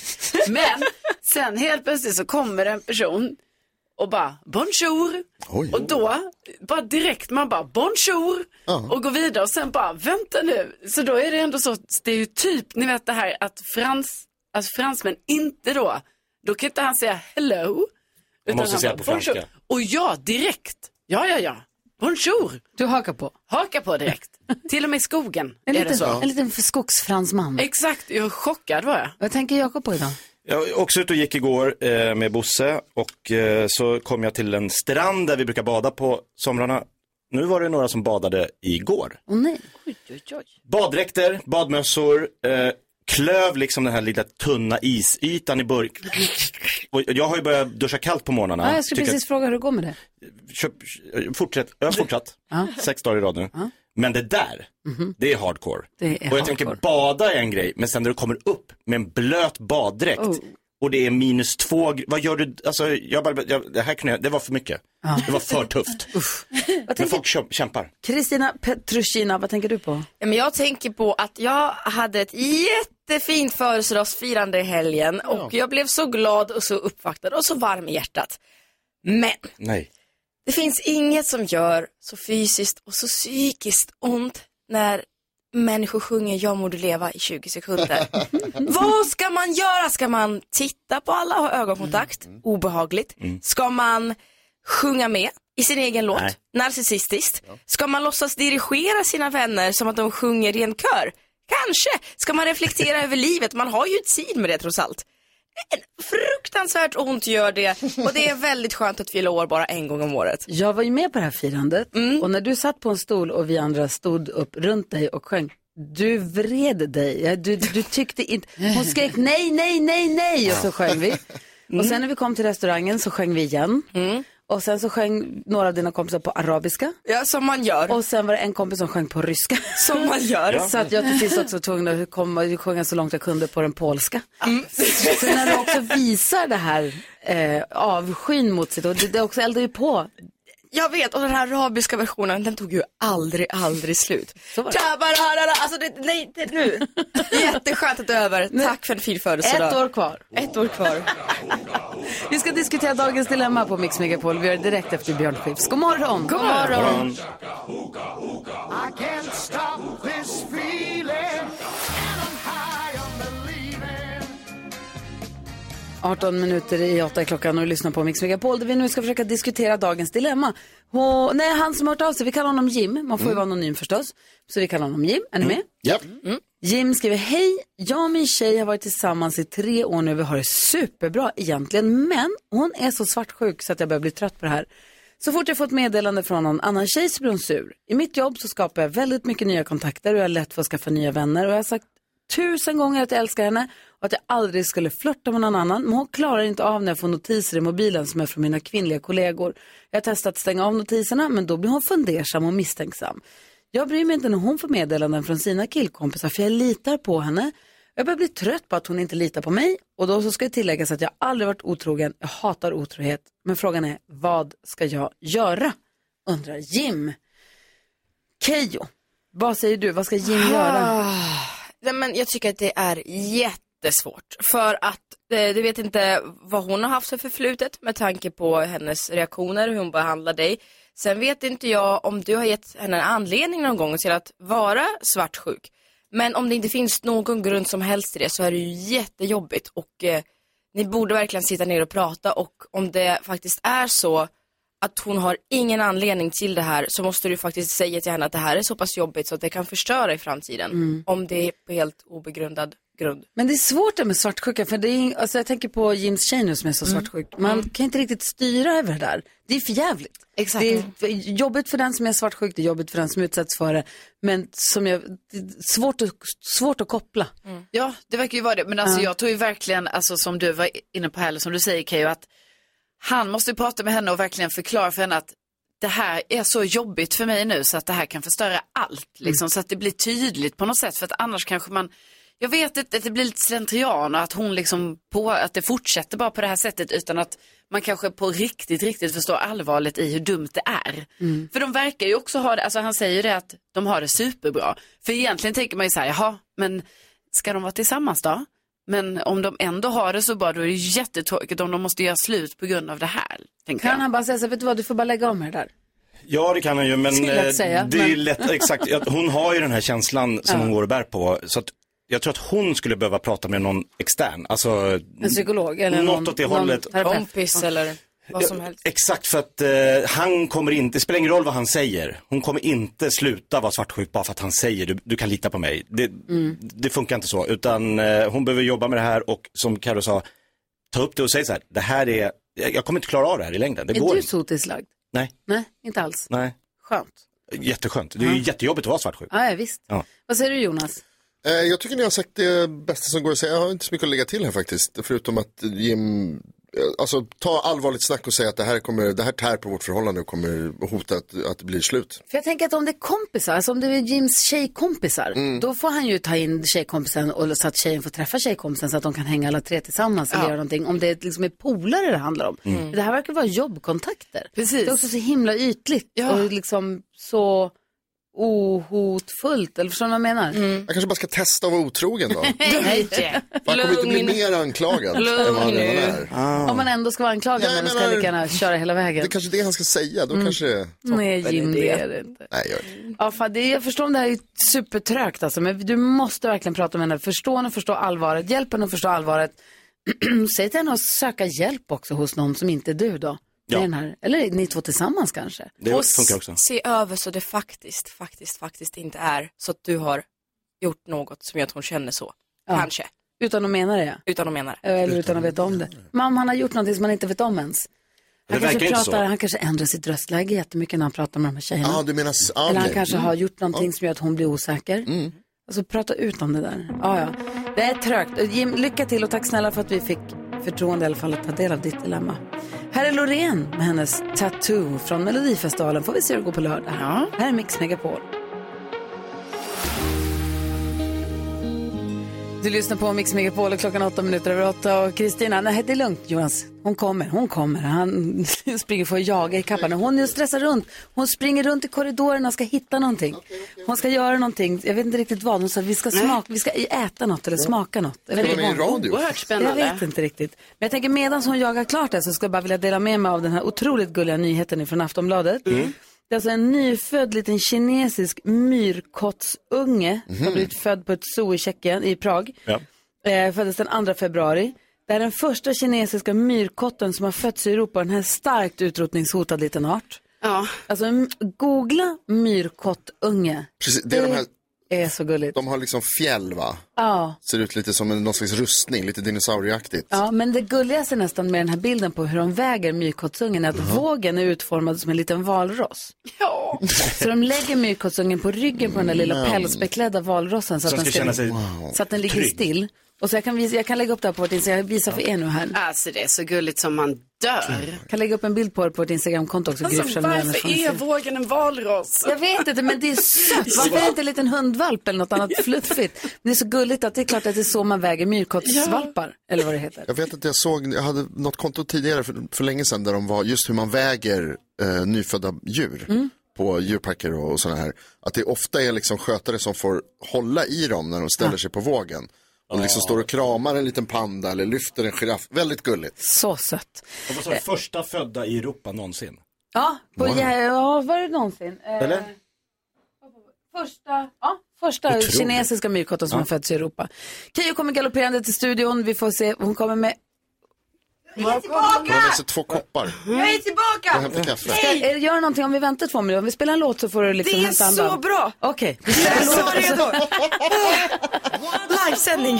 Men sen helt plötsligt så kommer en person och bara, bonjour. Och då, bara direkt, man bara bonjour och går vidare och sen bara vänta nu. Så då är det ändå så stereotyp, ni vet det här att frans, att fransmän inte då, då kan inte han säga hello. utan
måste
han
säga
bara,
på franska.
"Bonjour." Och ja, direkt. Ja, ja, ja. Bonjour.
Du hakar på.
Hakar på direkt. Till och med i skogen
En
är det så.
liten, en liten skogsfransman.
Exakt, jag är chockad var jag.
Vad tänker Jakob på idag?
Jag var också ute och gick igår eh, med Bosse och eh, så kom jag till en strand där vi brukar bada på somrarna. Nu var det några som badade igår.
Åh nej.
Baddräkter, badmössor, eh, klöv liksom den här lilla tunna isytan i burk. Och jag har ju börjat duscha kallt på morgnarna.
Ja, jag skulle
Tycker
precis fråga hur det går med det.
att, köp, fortsätt, jag har fortsatt
Ja. Mhm.
sex dagar i rad nu. Men det där, det är hardcore.
Det är
och jag
hardcore.
tänker bada är en grej, men sen när du kommer upp med en blöt baddräkt
Oh.
och det är minus två, gr- vad gör du? Alltså, jag bara, jag, det här kunde jag, det var för mycket. Det var för tufft. men folk kämp- kämpar.
Kristina Petrushina, vad tänker du på?
Ja, men jag tänker på att jag hade ett jättefint födelsedagsfirande i helgen och jag blev så glad och så uppvaktad och så varm i hjärtat. Men
Nej.
det finns inget som gör så fysiskt och så psykiskt ont när människor sjunger Jag må du leva i 20 sekunder. Vad ska man göra? Ska man titta på alla och ha ögonkontakt? Obehagligt. Ska man sjunga med? i sin egen låt,
Nej.
narcissistiskt. Ska man låtsas dirigera sina vänner som att de sjunger i en kör? Kanske. Ska man reflektera över livet? Man har ju tid med det trots allt. En fruktansvärt ont gör det och det är väldigt skönt att fylla år bara en gång om året.
Jag var ju med på det här firandet
Mm.
och när du satt på en stol och vi andra stod upp runt dig och sjöng, du vred dig. Ja, Du, du tyckte inte, hon skrek nej, nej, nej, nej och så sjöng vi.
Mm.
Och sen när vi kom till restaurangen så sjöng vi igen. Och sen så sjöng några av dina kompisar på arabiska.
Ja, som man gör.
Och sen var det en kompis som sjöng på ryska.
Som man gör. Ja.
Så att jag till sist också var tvungen att komma, sjunga så långt jag kunde på den polska.
Mm.
Så när du också visar det här eh, avskyn mot sitt, och det, det också eldar ju på.
Jag vet, och den här arabiska versionen, den tog ju aldrig, aldrig slut. Tabararara, alltså det, nej, det, nu. Jätteskönt att det är över. Tack för en fin födelsedag.
Ett år kvar.
Ett år kvar.
Vi ska diskutera dagens dilemma på Mix Megapol. Vi gör det direkt efter Björn Skifs. God morgon!
God morgon.
I can't stop this feeling. And I'm high on believing.
18 minuter i 8 är klockan och du lyssnar på Mix Megapol där vi nu ska försöka diskutera dagens dilemma. Och, nej, han som har hört av sig, vi kallar honom Jim. Man får ju vara anonym förstås. Så vi kallar honom Jim. Är ni med?
Japp.
Jim skriver, hej, jag och min tjej har varit tillsammans i tre år nu. Vi har det superbra egentligen, men hon är så svartsjuk så att jag börjar bli trött på det här. Så fort jag får ett meddelande från någon annan tjej så blir hon sur. I mitt jobb så skapar jag väldigt mycket nya kontakter och jag är lätt för att skaffa nya vänner. Och jag har sagt tusen gånger att jag älskar henne och att jag aldrig skulle flörta med någon annan. Men hon klarar inte av när jag får notiser i mobilen som är från mina kvinnliga kollegor. Jag har testat stänga av notiserna men då blir hon fundersam och misstänksam. Jag bryr mig inte när hon får meddelanden från sina killkompisar för jag litar på henne. Jag börjar bli trött på att hon inte litar på mig och då så ska jag tilläggas att jag aldrig varit otrogen. Jag hatar otrohet. Men frågan är, vad ska jag göra? Undrar Jim. Kejo, vad säger du? Vad ska Jim
Ah.
göra?
Ah. Nej, men jag tycker att det är jättesvårt. För att eh, du vet inte vad hon har haft för förflutet med tanke på hennes reaktioner, hur hon behandlar dig. Sen vet inte jag om du har gett henne en anledning någon gång till att vara svartsjuk. Men om det inte finns någon grund som helst till det så är det ju jättejobbigt och eh, ni borde verkligen sitta ner och prata och om det faktiskt är så att hon har ingen anledning till det här så måste du faktiskt säga till henne att det här är så pass jobbigt så att det kan förstöra i framtiden.
Mm.
Om det är på helt obegrundad grund.
Men det är svårt det med svartsjuka, för det är, alltså jag tänker på Jims tjej nu som är så
Mm.
svartsjuk. Man
Mm.
kan inte riktigt styra över det där. Det är för jävligt.
Exakt.
Det är för- jobbigt för den som är svartsjuk, det är jobbigt för den som utsätts för det. Men som jag, det är svårt, att, svårt att koppla.
Ja, det verkar ju vara det. Men alltså,
Ja.
jag tror ju verkligen, alltså, som du var inne på här, eller som du säger Keyyo, att han måste ju prata med henne och verkligen förklara för henne att det här är så jobbigt för mig nu så att det här kan förstöra allt. Liksom, Så att det blir tydligt på något sätt. För att annars kanske man, jag vet inte, att det blir lite slentrian och att hon liksom på, att det fortsätter bara på det här sättet utan att man kanske på riktigt, riktigt förstår allvarligt i hur dumt det är. För de verkar ju också ha det, alltså han säger ju det att de har det superbra. För egentligen tänker man ju så här, jaha, men ska de vara tillsammans då? Men om de ändå har det så bra, då är det ju jättetråkigt om de måste göra slut på grund av det här. Tänker
Kan han bara säga så här, vet du vad, du får bara lägga om med det där.
Ja, det kan han ju, men
Det är lätt
eh,
att säga,
det är ju
men-
lätt, exakt. Att Hon har ju den här känslan som
Ja.
hon går och bär på. Så att jag tror att hon skulle behöva prata med någon extern. Alltså,
En psykolog eller
något
någon,
åt det
någon
hållet.
terapeut.
Kompis eller vad
Ja,
som helst.
Exakt, för att eh, han kommer inte, det spelar ingen roll vad han säger. Hon kommer inte sluta vara svartsjuk bara för att han säger du, du kan lita på mig. Det,
Mm.
det funkar inte så, utan eh, hon behöver jobba med det här och som Karo sa, ta upp det och säg så här, det här är, jag, jag kommer inte klara av det här i längden, det
är
går
du
inte.
sotis lagd?
Nej,
Nej, inte alls.
nej,
Skönt.
jätteskönt. Det är ju jättejobbigt att vara svartsjuk.
Ja, ja, visst.
Ja.
Vad säger du Jonas?
Eh, Jag tycker ni har sagt det bästa som går att säga. Jag har inte så mycket att lägga till här faktiskt. Förutom att Jim, eh, alltså ta allvarligt snack och säga att det här, kommer, det här tär på vårt förhållande och kommer hota att, att det blir slut.
För jag tänker att om det är kompisar, alltså om det är Jims tjejkompisar,
Mm.
då får han ju ta in tjejkompisen och så att tjejen får träffa tjejkompisen så att de kan hänga alla tre tillsammans eller
Ja.
göra någonting. Om det liksom är polare det handlar om.
Mm.
Det här verkar vara jobbkontakter.
Precis.
Det är också så himla ytligt och liksom så ohotfullt. Eller förstår ni vad jag menar?
Mm.
Jag kanske bara ska testa att vara otrogen då.
Nej,
Man kommer inte bli
Lugn.
mer anklagad än vad han
Lugn
redan
nu.
är.
Om man ändå ska vara anklagad men ska lika gärna köra hela vägen.
Det är kanske det han ska säga, då
Mm.
kanske det...
Nej, Jim, det är det inte.
Nej, jag...
Ja, fan, det, jag förstår om det här är supertrögt alltså, men du måste verkligen prata med henne. Förstå henne och förstå allvaret. Hjälp henne att förstå allvaret. Säg till henne att söka hjälp också hos någon som inte är du då. med den här. Eller ni två tillsammans kanske.
Det funkar också.
Se över så det faktiskt, faktiskt, faktiskt inte är så att du har gjort något som gör att hon känner så.
Ja.
Kanske.
Utan att mena det.
Utan att mena det.
Eller utan att veta om det. Men om han har gjort någonting som man inte vet om ens. Han
Det
kanske,
verkar inte
pratar,
så.
han kanske ändrar sitt röstläge jättemycket när han pratar med de här tjejerna.
Ja, du menar... s- ja,
Eller han
okej.
kanske
Mm.
har gjort någonting
Ja.
som gör att hon blir osäker. Alltså prata ut om det där. Ja, ja. Det är trögt. Jim, lycka till och tack snälla för att vi fick förtroende i alla fall att ta del av ditt dilemma. Här är Loreen med hennes Tattoo från Melodifestivalen. Får vi se hur det går på lördag. Här är Mix Megapol. Du lyssnar på Mix Megapol och klockan är åtta minuter över åtta och Kristina, nej det är lugnt Jonas, hon kommer, hon kommer. Han springer för att jaga i kappan. Hon är stressar runt, hon springer runt i korridorerna och ska hitta någonting. Hon ska göra någonting, jag vet inte riktigt vad, hon sa vi ska, smaka, vi ska äta något eller
Ja.
smaka något. Jag
Det
vet
var
inte
ju
vad.
radio. Oerhört spännande.
Jag vet inte riktigt. Men jag tänker medan hon jagar klart det så ska jag bara vilja dela med mig av den här otroligt gulliga nyheten från Aftonbladet.
Mm.
Det är alltså en nyfödd liten kinesisk myrkottsunge som har
Mhm.
blivit född på ett zoo i Tjeckien, i Prag. Eh, föddes den 2 februari. Det är den första kinesiska myrkotten som har fötts i Europa, den här starkt utrotningshotad liten art.
Ja.
Alltså m- googla myrkottunge.
Precis, det är
Eh.
de här...
är så gulligt.
De har liksom fjäll va?
Ja.
Ser ut lite som en, någon slags rustning, lite dinosaurieaktigt.
Ja, men det gulligaste nästan med den här bilden på hur de väger myrkottsungen är att vågen är utformad som en liten valross.
Ja.
Så de lägger myrkottsungen på ryggen på den där lilla
Men.
pälsbeklädda valrossen så att,
Som
den,
ska känna sig
så att den ligger
trygg.
still. Och så jag kan, visa, jag kan lägga upp det här på vårt Instagram, jag visar för er nu här.
Alltså det är så gulligt som man dör.
Jag kan lägga upp en bild på det på vårt Instagramkonto också. Gry
Alltså,
Forssell med vänner får ni se.
vågen en valross?
Jag vet inte, men det är sött. Varför är det inte en liten hundvalp eller något annat fluffigt? Men det är så gulligt att det är klart att det är så man väger myrkottsvalpar. Eller vad det heter.
Jag vet att jag såg, jag hade något konto tidigare för, för länge sedan där de var just hur man väger eh, nyfödda djur
Mm.
på djurparker och, och sådana här. Att det ofta är liksom skötare som får hålla i dem när de ställer sig på vågen. Och liksom står och kramar en liten panda eller lyfter en giraff. Väldigt gulligt.
Så sött.
Och vad sa du, första födda i Europa någonsin?
Ja, på,
Wow.
ja, ja, var det någonsin? Eh,
Eller?
Första, ja, första
Otroligt.
kinesiska myrkotten som
Ja.
har fötts i Europa. Keyyo kommer galopperande till studion. Vi får se, hon kommer med...
Jag är tillbaka! har med sig två koppar.
Jag är
tillbaka! Jag hämtar kaffe.
Ska jag göra någonting om vi väntar två minuter? Om vi spelar en låt så får du liksom
Det är
hämta
så
andan.
bra!
Okej.
Jag sa det då. Livesändning.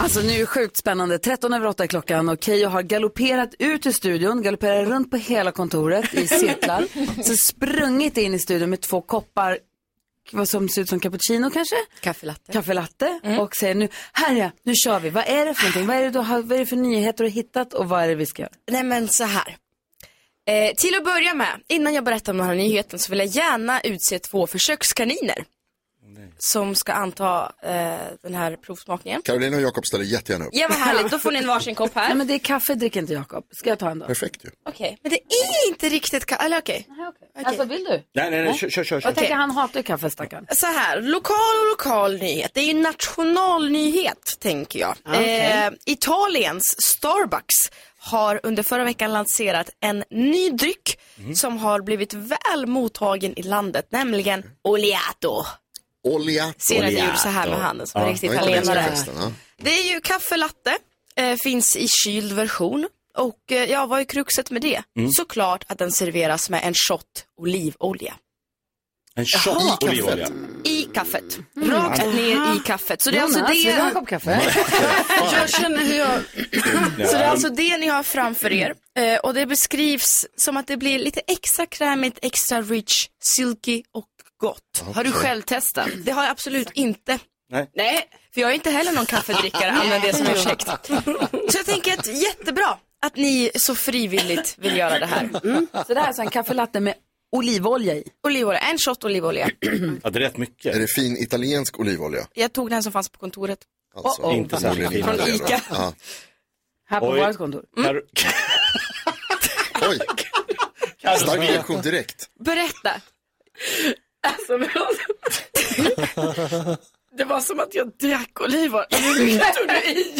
Alltså nu är det sjukt spännande. 13 över 8 är klockan och Keyyo har galopperat ut ur studion, galopperat runt på hela kontoret i cirklar. så sprungit in i studion med två koppar vad som ser ut som cappuccino kanske?
Kaffelatte. Mm.
Kaffelatte och säger nu, här är jag, nu kör vi. Vad är det för någonting? Vad är det, du har, vad är det för nyheter du har hittat och vad är det vi ska göra?
Nej men så här. Eh, till att börja med, innan jag berättar om den här nyheten så vill jag gärna utse två försökskaniner. Som ska anta eh, den här provsmakningen.
Caroline och Jakob ställer jättegärna upp.
Ja vad härligt, då får ni en varsin kopp här.
Nej men det är kaffe dricker inte Jakob. Ska jag ta en då?
Perfekt ju.
Okej, men det är inte riktigt ka- eller okej.
Alltså vill du?
Nej, nej, nej, kör, kör, kör.
Jag tänker han hatar ju kaffe stackarn.
Så här, lokal och lokal nyhet. Det är ju en nationalnyhet, tänker jag.
Okej.
Eh, Italiens Starbucks har under förra veckan lanserat en ny dryck som har blivit väl mottagen i landet, nämligen Oleato.
Olja.
Ser att jag gjorde så här med handen som en riktig italienare. Det är ju kaffelatte, eh, finns i kyld version. Och eh, ja, vad är kruxet med det?
Mm.
Såklart att den serveras med en shot olivolja.
En tjock
Jaha.
olivolja.
I kaffet. Rakt
Mm.
ner i kaffet. Så det är
Jonas,
alltså det...
vill du ha en kopp kaffe?
jag känner hur jag... Så det är alltså det ni har framför er. Eh, och det beskrivs som att det blir lite extra krämigt, extra rich, silky och gott.
Har du själv testat?
Det har jag absolut inte.
Nej.
Nej.
För jag är inte heller någon kaffedrickare, använd det som ursäkt. Så jag tänker att jättebra att ni så frivilligt vill göra det här.
Så det här är alltså en kaffelatte med olivolja i.
Olivolja, en shot olivolja.
Ja, det är rätt mycket.
Är det fin italiensk olivolja?
Jag tog den som fanns på kontoret.
Alltså,
Oh, oh.
inte särskilt fin.
Från Ica.
Ja.
Här på
Oj.
vårt kontor.
Karo-
Oj. Stark reaktion direkt.
Berätta.
Alltså, men alltså- det var som att jag drack olivolja. Hur mycket tog du i?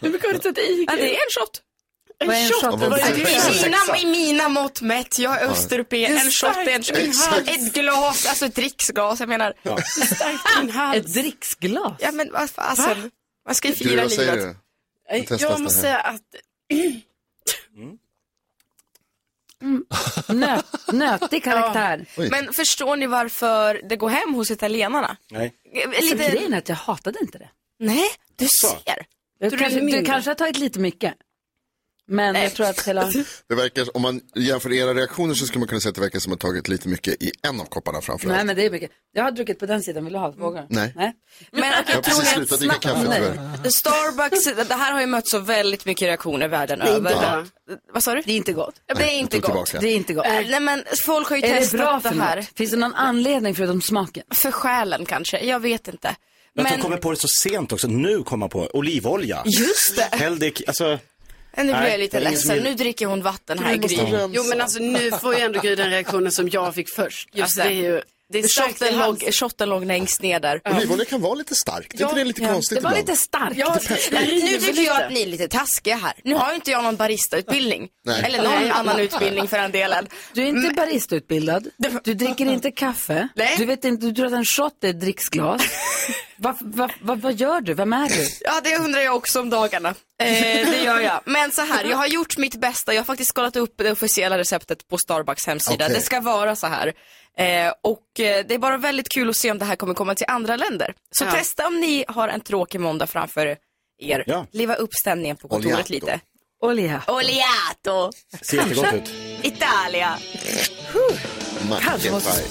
Hur mycket har du tagit i?
Ja, det är en shot.
Vad är en shot?
Vad är
En
det? I, mina, I mina mått mätt, jag är
Ja.
östeuropé,
Det är
en shot är en shot.
starkt i hals.
Ett glas, alltså ett dricksglas, jag menar.
Ja.
Starkt i en hals.
Ett dricksglas?
alltså,
Ja men vad fasen. Man ska ju
Du,
fira
vad säger
livet.
du? Vi testar
Jag måste
det
säga
här.
att...
Nöt, nötig karaktär.
Oj.
Men förstår ni varför det går hem hos italienarna?
Nej.
Alltså, grejen är att jag hatade inte det.
Nej, du ser.
Du,
Du
kanske,
är mindre.
du kanske har tagit lite mycket. Men jag tror att hela...
Det verkar, om man jämför era reaktioner så skulle man kunna säga att det verkar som att man tagit lite mycket i en av kopparna framförallt.
Nej men det är mycket. Jag har druckit på den sidan, vill du ha? Vågar du?
Nej.
Nej.
Men
Jag har
tror
precis
ni
slutat
att
dricka
snabbt-
kaffe
nej.
tyvärr.
Starbucks, det här har ju mött så väldigt mycket reaktioner världen
Det är
över.
inte gott.
Vad sa du?
Det är inte gott.
Det
Nej,
är inte
jag tog
gott.
tillbaka. Det är inte gott.
Eh, Nej men folk har ju
Är det
testat
bra
det,
för
här.
något? Finns det någon anledning förutom smaken?
För själen kanske, jag vet inte.
Men... Att
Men
de kommer på det så sent också. Nu kommer man på olivolja.
Just det.
Häll det i- alltså...
nu blir
Nej,
jag lite
det är ingen som
ledsen,
vill-
nu dricker hon vatten här
Men vi
Gry.
måste rensa.
Jo men alltså nu får ju ändå Gry den reaktionen som jag fick först.
Just
alltså,
det.
det är ju... Det är starkt i
shotten,
halsen.
låg, shotten låg längst ner där.
Olivolja kan vara lite starkt, är inte det lite konstigt
Det var
ibland?
lite starkt.
Ja,
det river
nu tycker jag
lite.
att ni är lite taskiga här. Nu har ju inte jag någon baristautbildning.
Nej.
Eller någon
Nej.
annan utbildning för den delen.
Du är inte baristutbildad, du dricker inte kaffe, du, vet inte, du tror att en shot är ett dricksglas. vad, vad, vad, vad gör du? Vem är du?
Ja, det undrar jag också om dagarna. Eh, det gör jag. Men så här, jag har gjort mitt bästa. Jag har faktiskt kollat upp det officiella receptet på Starbucks hemsida.
Okej.
Det ska vara så här. Eh, och eh, det är bara väldigt kul att se om det här kommer komma till andra länder. Så
Ja.
testa om ni har en tråkig måndag framför er.
Ja.
Liva upp stämningen på kontoret
Oliato.
lite.
Olja.
Oliato!
Ser jättegott ut.
Italia!
Kanske måste-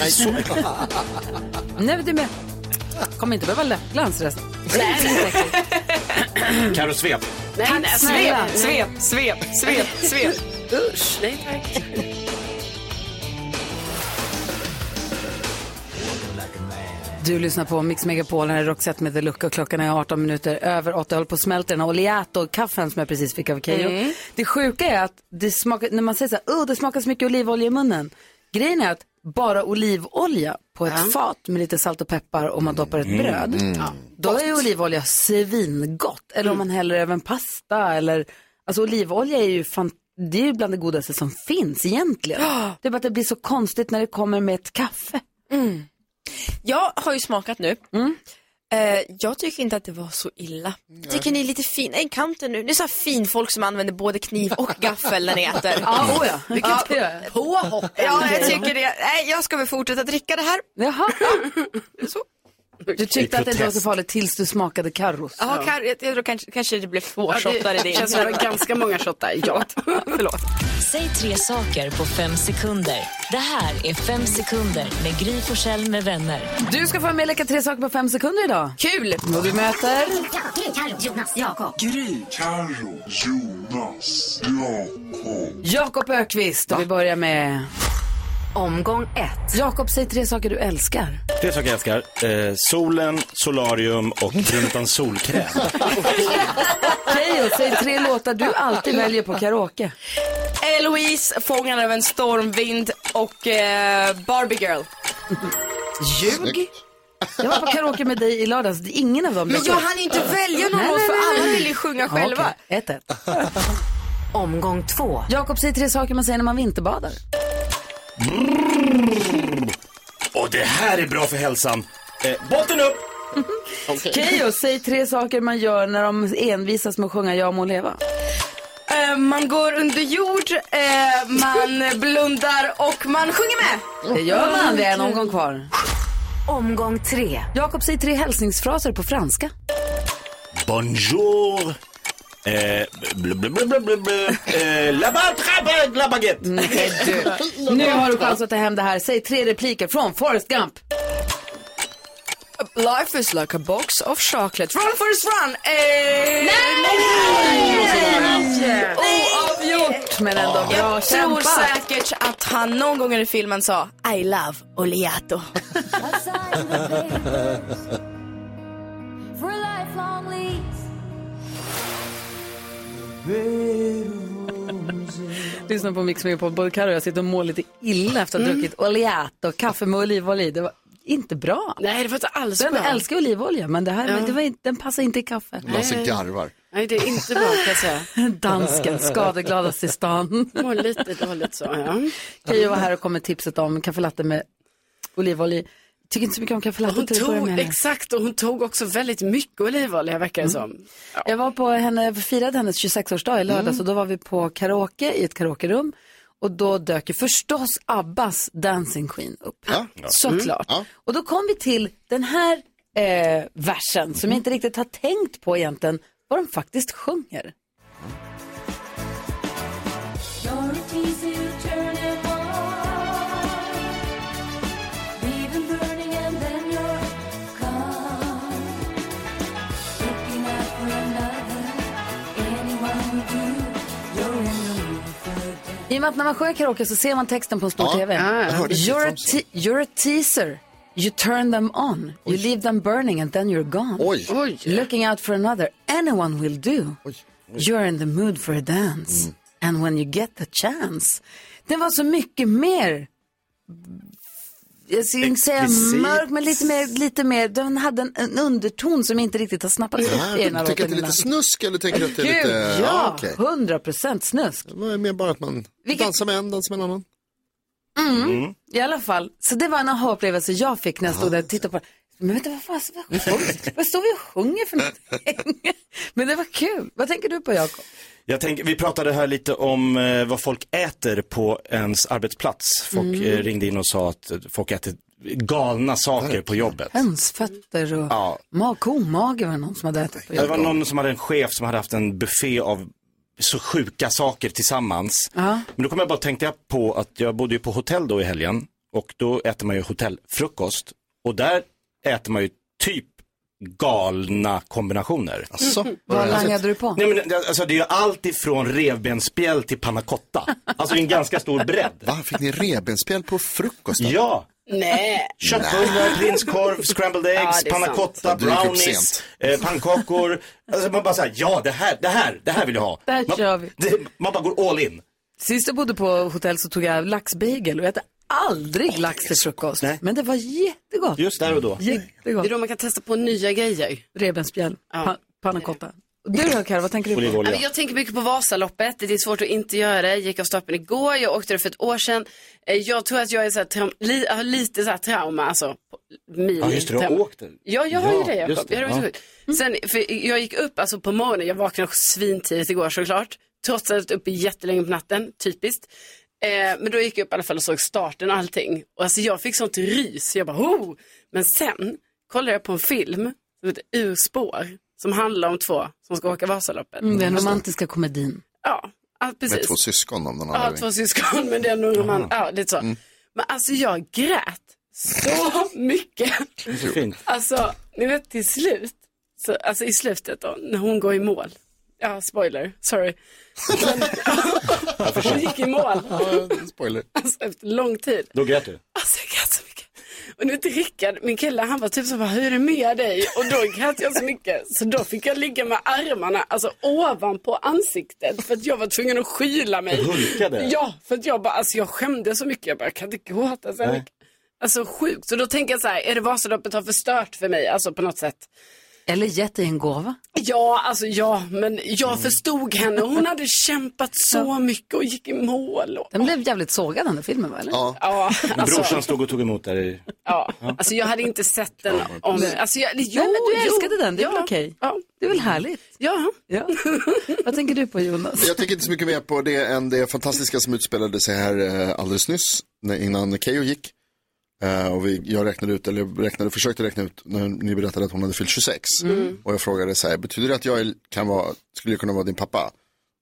Nej, så-
Nej, men du är med. Kommer inte behöva läppglans resten.
Karo svep.
Nej, nej, snälla.
Svep, svep, svep, svep.
Usch, nej tack.
Du lyssnar på Mix Megapol, här är Roxette med The Look och klockan är 18 minuter över 8. Jag håller på att smälta den här Oleato-kaffen som jag precis fick av Keyyo.
Mm.
Det sjuka är att det smakar, när man säger så här, "Åh, det smakar så mycket olivolja i munnen. Grejen är att bara olivolja på ett fat med lite salt och peppar och man doppar ett
Mm,
bröd.
mm.
Ja, Då är olivolja svingott. Eller om man häller över en pasta eller, alltså olivolja är ju fan, det är ju bland det godaste som finns egentligen. Det är bara att det blir så konstigt när det kommer med ett kaffe.
Jag har ju smakat nu. Eh, jag tycker inte att det var så illa. Jag tycker ni är lite fina i kanten nu. Ni är så här fin folk som använder både kniv och gaffel när ni äter.
Ja, oh ja. Vilket
Påhopp. Ja, jag tycker det. Nej, jag ska väl fortsätta dricka det här.
Jaha. Du
I
tyckte att det inte var
protest.
så farligt tills du smakade Carros.
Ja, Kar- jag, jag tror kanske, kanske det blev få shottar i
det
det.
känns som det var ganska många shottar. Ja.
Förlåt.
Säg tre saker på fem sekunder. Det här är Fem sekunder med Gry Forssell med vänner.
Du ska få vara med och leka tre saker på fem sekunder idag.
Kul!
Och du möter...
Gry, Carro, Jonas, Jakob. Gry, Carro, Jonas, Jakob.
Jakob Ökvist och vi börjar med... Omgång ett. Jakob, säg tre saker du älskar.
Tre saker jag älskar. Eh, solen, solarium och Jonathan solkräm.
Keyyo, säg tre låtar du alltid väljer på karaoke.
Eloise, Fångad av en stormvind och eh, Barbie Girl.
Ljug. Jag var på karaoke med dig i lördags. Ingen av dem
Men
dök
jag
upp.
hann ju inte välja någon
Nej,
låt
nej,
för
nej,
alla
nej.
ville ju sjunga
Ja,
själva.
okej. Ett, ett. Omgång två. Jakob, säg tre saker man säger när man vinterbadar.
Och det här är bra för hälsan. Eh, botten upp!
Keyyo, säg tre saker man gör när de envisas med att sjunga Jag må leva.
Eh, man går under jord, eh, man blundar och man sjunger med.
Det gör man. Vi är en omgång kvar. Omgång tre. Jakob, säg tre hälsningsfraser på franska.
Bonjour! Eh, blu, blu, blu, blu, blu, blu. Eh, la batrappe, la baguette.
Nu har du chans att ta hem det här. Säg tre repliker från Forrest Gump.
Life is like a box of chocolate. Run first run! Eh,
Nej!
Oavgjort!
Men ändå bra
Jag tror
kämpat.
säkert att han någon gång i filmen sa I love Oleato.
Lyssna på Mix Megapol. Både Carro och jag sitter och mår lite illa efter att
Mm.
ha druckit oleato, kaffe med olivolja i. Det var inte bra.
Nej, det var inte alls
Jag
bra.
älskar olivolja, men, det här,
Ja.
men det var, inte- den passar inte i kaffe.
Lasse garvar.
Nej, det är inte bra kan jag säga.
Dansken, skadegladast i stan.
Mår lite dåligt så, ja.
Keyyo var här och kom med tipset om kaffe latte med olivolja. Tycker inte så mycket om kaffelatte
Hon
till att börja
tog,
med.
exakt, och hon tog också väldigt mycket olivolja verkar det som.
Jag var på henne, jag firade hennes 26-årsdag i lördags och då var vi på karaoke i ett karaokerum och då dök ju förstås Abbas Dancing Queen upp. Såklart.
Mm.
Och då kom vi till den här eh, versen som jag inte riktigt har tänkt på egentligen vad de faktiskt sjunger.
You're a teaser, you turn it on. Leave him burning and then you're gone. Looking out for another, anyone will do. You're in the mood for a
I och med att när man sjunger karaoke så ser man texten på en stor TV.
jag hörde precis
You're a,
vad du sa.
te- you're a teaser. You turn them on. You leave them burning and then you're gone. Looking out for another. Anyone will do. You're in the mood for a dance.
Mm.
And when you get the chance. Det var så mycket mer. Jag ska inte säga
Explicit.
mörk, men lite mer, lite mer. Den hade en, en underton som inte riktigt har snappats upp
Ja,
i
tycker
den här
att det är
låten
lite
ibland.
snusk eller tänker du att det är
Gud,
lite-
ja,
ja, okej.
hundra procent snusk.
Det var mer bara att man dansar med en, dansar med en annan.
Mm.
Mm.
I alla fall, så det var en aha-upplevelse jag fick när jag stod där och tittade på det. Men vänta, vad, fan, vad, sjunger- vad står vi och sjunger för någonting? Men det var kul. Vad tänker du på, Jakob?
Jag tänker, vi pratade här lite om eh, vad folk äter på ens arbetsplats. Folk
Mm.
eh, ringde in och sa att eh, folk äter galna saker på jobbet.
Hönsfötter och
Ja.
ma- komage var det någon som hade ätit på
Det var
jobbet.
någon som hade en chef som hade haft en buffé av så sjuka saker tillsammans.
Ja.
Men då kom jag bara tänkte på att jag bodde ju på hotell då i helgen och då äter man ju hotellfrukost och där äter man ju typ galna kombinationer.
Asså,
Mm.
Mhm. vad Vad langade du på?
Nej, men, det- alltså, det är ju allt ifrån revbensspjäll till panna cotta. Alltså det är en ganska stor bredd. Va,
fick ni revbensspjäll på frukost?
Ja,
Nej.
Köttbullar, prinskorv, scrambled eggs,
Ja, det är typ
panna
sant.
cotta,
Du gick upp
brownies,
sent.
eh, pannkakor. Alltså man bara såhär, ja det här, det här, det här vill jag ha.
Det här
man,
kör vi.
det, man bara går all in.
Sist jag bodde på hotell så tog jag laxbagel och jag äter aldrig lax till frukost. Men det var jättegott.
Just där och då.
Jättegott.
Det är då man kan testa på nya grejer.
Revbensspjäll, pa- panna cotta. Du då Carro, vad tänker du på?
Ja, men Alltså, Jag tänker mycket på Vasaloppet. Det är svårt att inte göra det. Jag gick av stapeln igår. Jag åkte det för ett år sedan. Eh, Jag tror att jag är så här, traum- li- jag har lite så här trauma. Alltså, mini
Ja just det, du har
trauma.
åkt där.
Ja, jag har ju det
just
Jakob. Jag
ja.
har varit så sjuk. Sen, för jag gick upp alltså, på morgonen, jag vaknade svintidigt igår såklart. Trots att jag varit uppe jättelänge på natten, typiskt. Eh, men då gick jag upp i alla fall och såg starten och allting. Och alltså, jag fick sånt rys, jag bara ho! Men sen kollade jag på en film som heter Urspår. Som handlar om två som ska åka Vasaloppet.
Mm, den romantiska komedin.
Ja, ja, precis.
Med två syskon om någon
Ja, två syskon, men det är nog roman. Ja, lite så. Men alltså jag grät så mycket.
Fint.
Alltså, ni vet till slut, så, alltså i slutet då, när hon går i mål. Ja, spoiler, sorry. Men, hon gick i mål.
Spoiler.
Alltså efter lång tid.
Då grät du.
Alltså jag grät så mycket. Och nu vet Rickard, min kille, han var typ så bara, hur är det med dig? Och då grät jag så mycket. Så då fick jag ligga med armarna, alltså ovanpå ansiktet. För att jag var tvungen att skyla mig.
Du hulkade?
Ja, för att jag bara, alltså jag skämde så mycket. Jag bara, jag kan inte gråta så här
Nej.
mycket. Alltså sjukt. Så då tänker jag så här, är det Vasaloppet har förstört för mig, alltså på något sätt?
Eller gett dig en gåva.
Ja, alltså ja, men jag
Mm.
förstod henne. Hon hade kämpat så mycket och gick i mål. Och...
Den blev jävligt sågad den där filmen va? Eller?
Ja.
Ja,
Men
alltså-
brorsan stod och tog emot där i...
Ja, alltså jag hade inte sett den om...
Nej.
Alltså jag, jo,
Nej, men du
jo.
älskade den, det är
ja.
väl okej? Det är väl härligt?
Ja.
Vad tänker du på Jonas?
Jag tänker inte så mycket mer på det än det fantastiska som utspelade sig här eh, alldeles nyss när- innan Keyyo gick. Eh, Och vi, jag räknade ut, eller räknade, försökte räkna ut när ni berättade att hon hade fyllt 26.
Mm.
Och jag frågade så här, betyder det att jag är- kan vara, skulle kunna vara din pappa?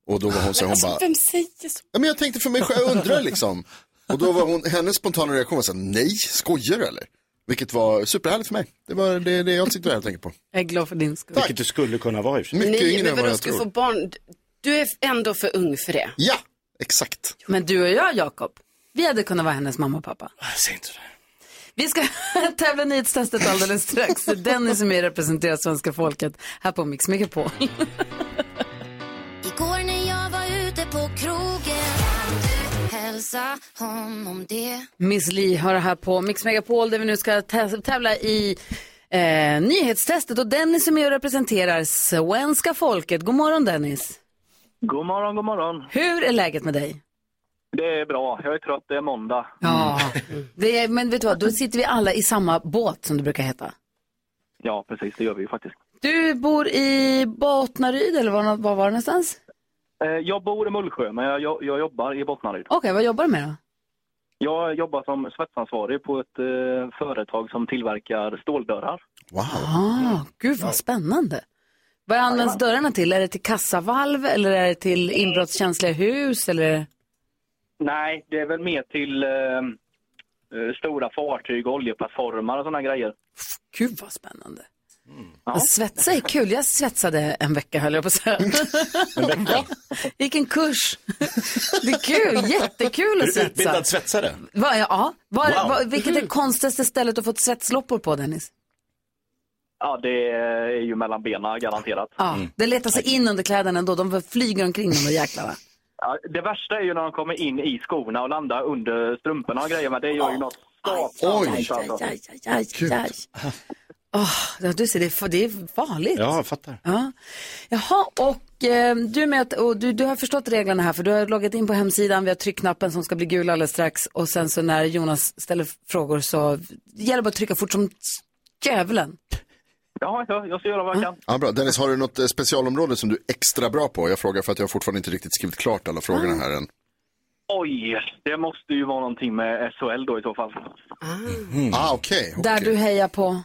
Och då var hon så här, hon
alltså,
bara,
Vem säger så?
Ja, men jag tänkte för mig själv, jag undrar liksom. Och då var hon, hennes spontana reaktion var så här, nej, skojar du eller? Vilket var superhärligt för mig. Det var det, det jag sitter här och tänker på.
Jag är glad för din skull.
Vilket du skulle kunna vara i och för sig.
Mycket
Nej,
yngre
men
än vad
vadå,
jag
ska du
tror.
få barn? Du är ändå för ung för det.
Ja, exakt.
Men du och jag, Jakob, vi hade kunnat vara hennes mamma och pappa.
Ah, Säg inte det.
Vi ska tävla i nyhetstestet alldeles strax. Det är Dennis som är representerar svenska folket här på Mix Megapol.
Igår när jag var ute på krogen du hälsa honom det
Miss Li hör här på Mix Megapol där vi nu ska tä- tävla i eh, nyhetstestet. Och Dennis som är och representerar svenska folket. God morgon Dennis.
God morgon, god morgon.
Hur är läget med dig?
Det är bra. Jag är trött. Det är måndag.
Ja, det är, men vet du vad, då sitter vi alla i samma båt som det brukar heta.
Ja, precis. Det gör vi ju faktiskt.
Du bor i Bottnaryd eller var, var var det någonstans?
Eh, Jag bor i Mullsjö, men jag, jag, jag jobbar i Bottnaryd.
Okej, vad jobbar du med då?
Jag jobbar som svetsansvarig på ett eh, företag som tillverkar ståldörrar.
Wow.
Ah, gud vad spännande. Vad används dörrarna till? Är det till kassavalv eller är det till inbrottskänsliga hus eller?
Nej, det är väl mer till eh, eh, stora fartyg, oljeplattformar och sådana grejer.
Gud vad spännande. Att svetsa är kul. Jag svetsade en vecka höll jag på att säga. Gick en kurs. Det är kul, jättekul
Är
att
du
svetsa.
utbildad svetsare?
Va, ja, var,
Wow.
var, vilket är det konstigaste stället du fått svetsloppor på Dennis?
Ja, det är ju mellan benen garanterat.
Ja, det letar sig in under kläderna ändå. De flyger omkring de där jäklarna.
Ja, det värsta är ju när de kommer in i skorna och landar under strumporna och grejer, men det gör ju något
Oj.
satans alltså.
Aj, aj, aj, aj. Åh, ja, du ser, det är, fa- det är farligt.
Ja, jag fattar.
Ja. Jaha, och eh, du, är med, att- och du, du har förstått reglerna här för du har loggat in på hemsidan, vi har tryckknappen som ska bli gul alldeles strax och sen så när Jonas ställer frågor så gäller det bara att trycka fort som djävulen.
Ja, ja, jag ska göra vad jag kan.
Ja, bra. Dennis, har du något eh, specialområde som du är extra bra på? Jag frågar för att jag fortfarande inte riktigt skrivit klart alla frågorna
Ah.
här än.
Oj, det måste ju vara någonting med SHL då i så fall.
Mm.
Ah, okej.
Där du hejar på.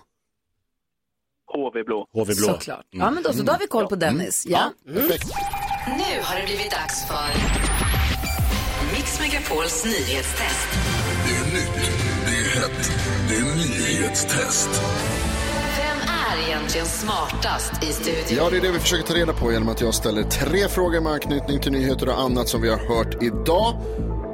HV Blå.
HV
Blå. Såklart. Ja,
Mm.
men då så, då har vi koll på Dennis. Ja.
Nu har det blivit dags för Mix Megapols nyhetstest. Det är nytt, det är hett, det är nyhetstest.
Vem är egentligen smartast i studion?
Ja, det är det vi försöker ta reda på genom att jag ställer tre frågor med anknytning till nyheter och annat som vi har hört idag.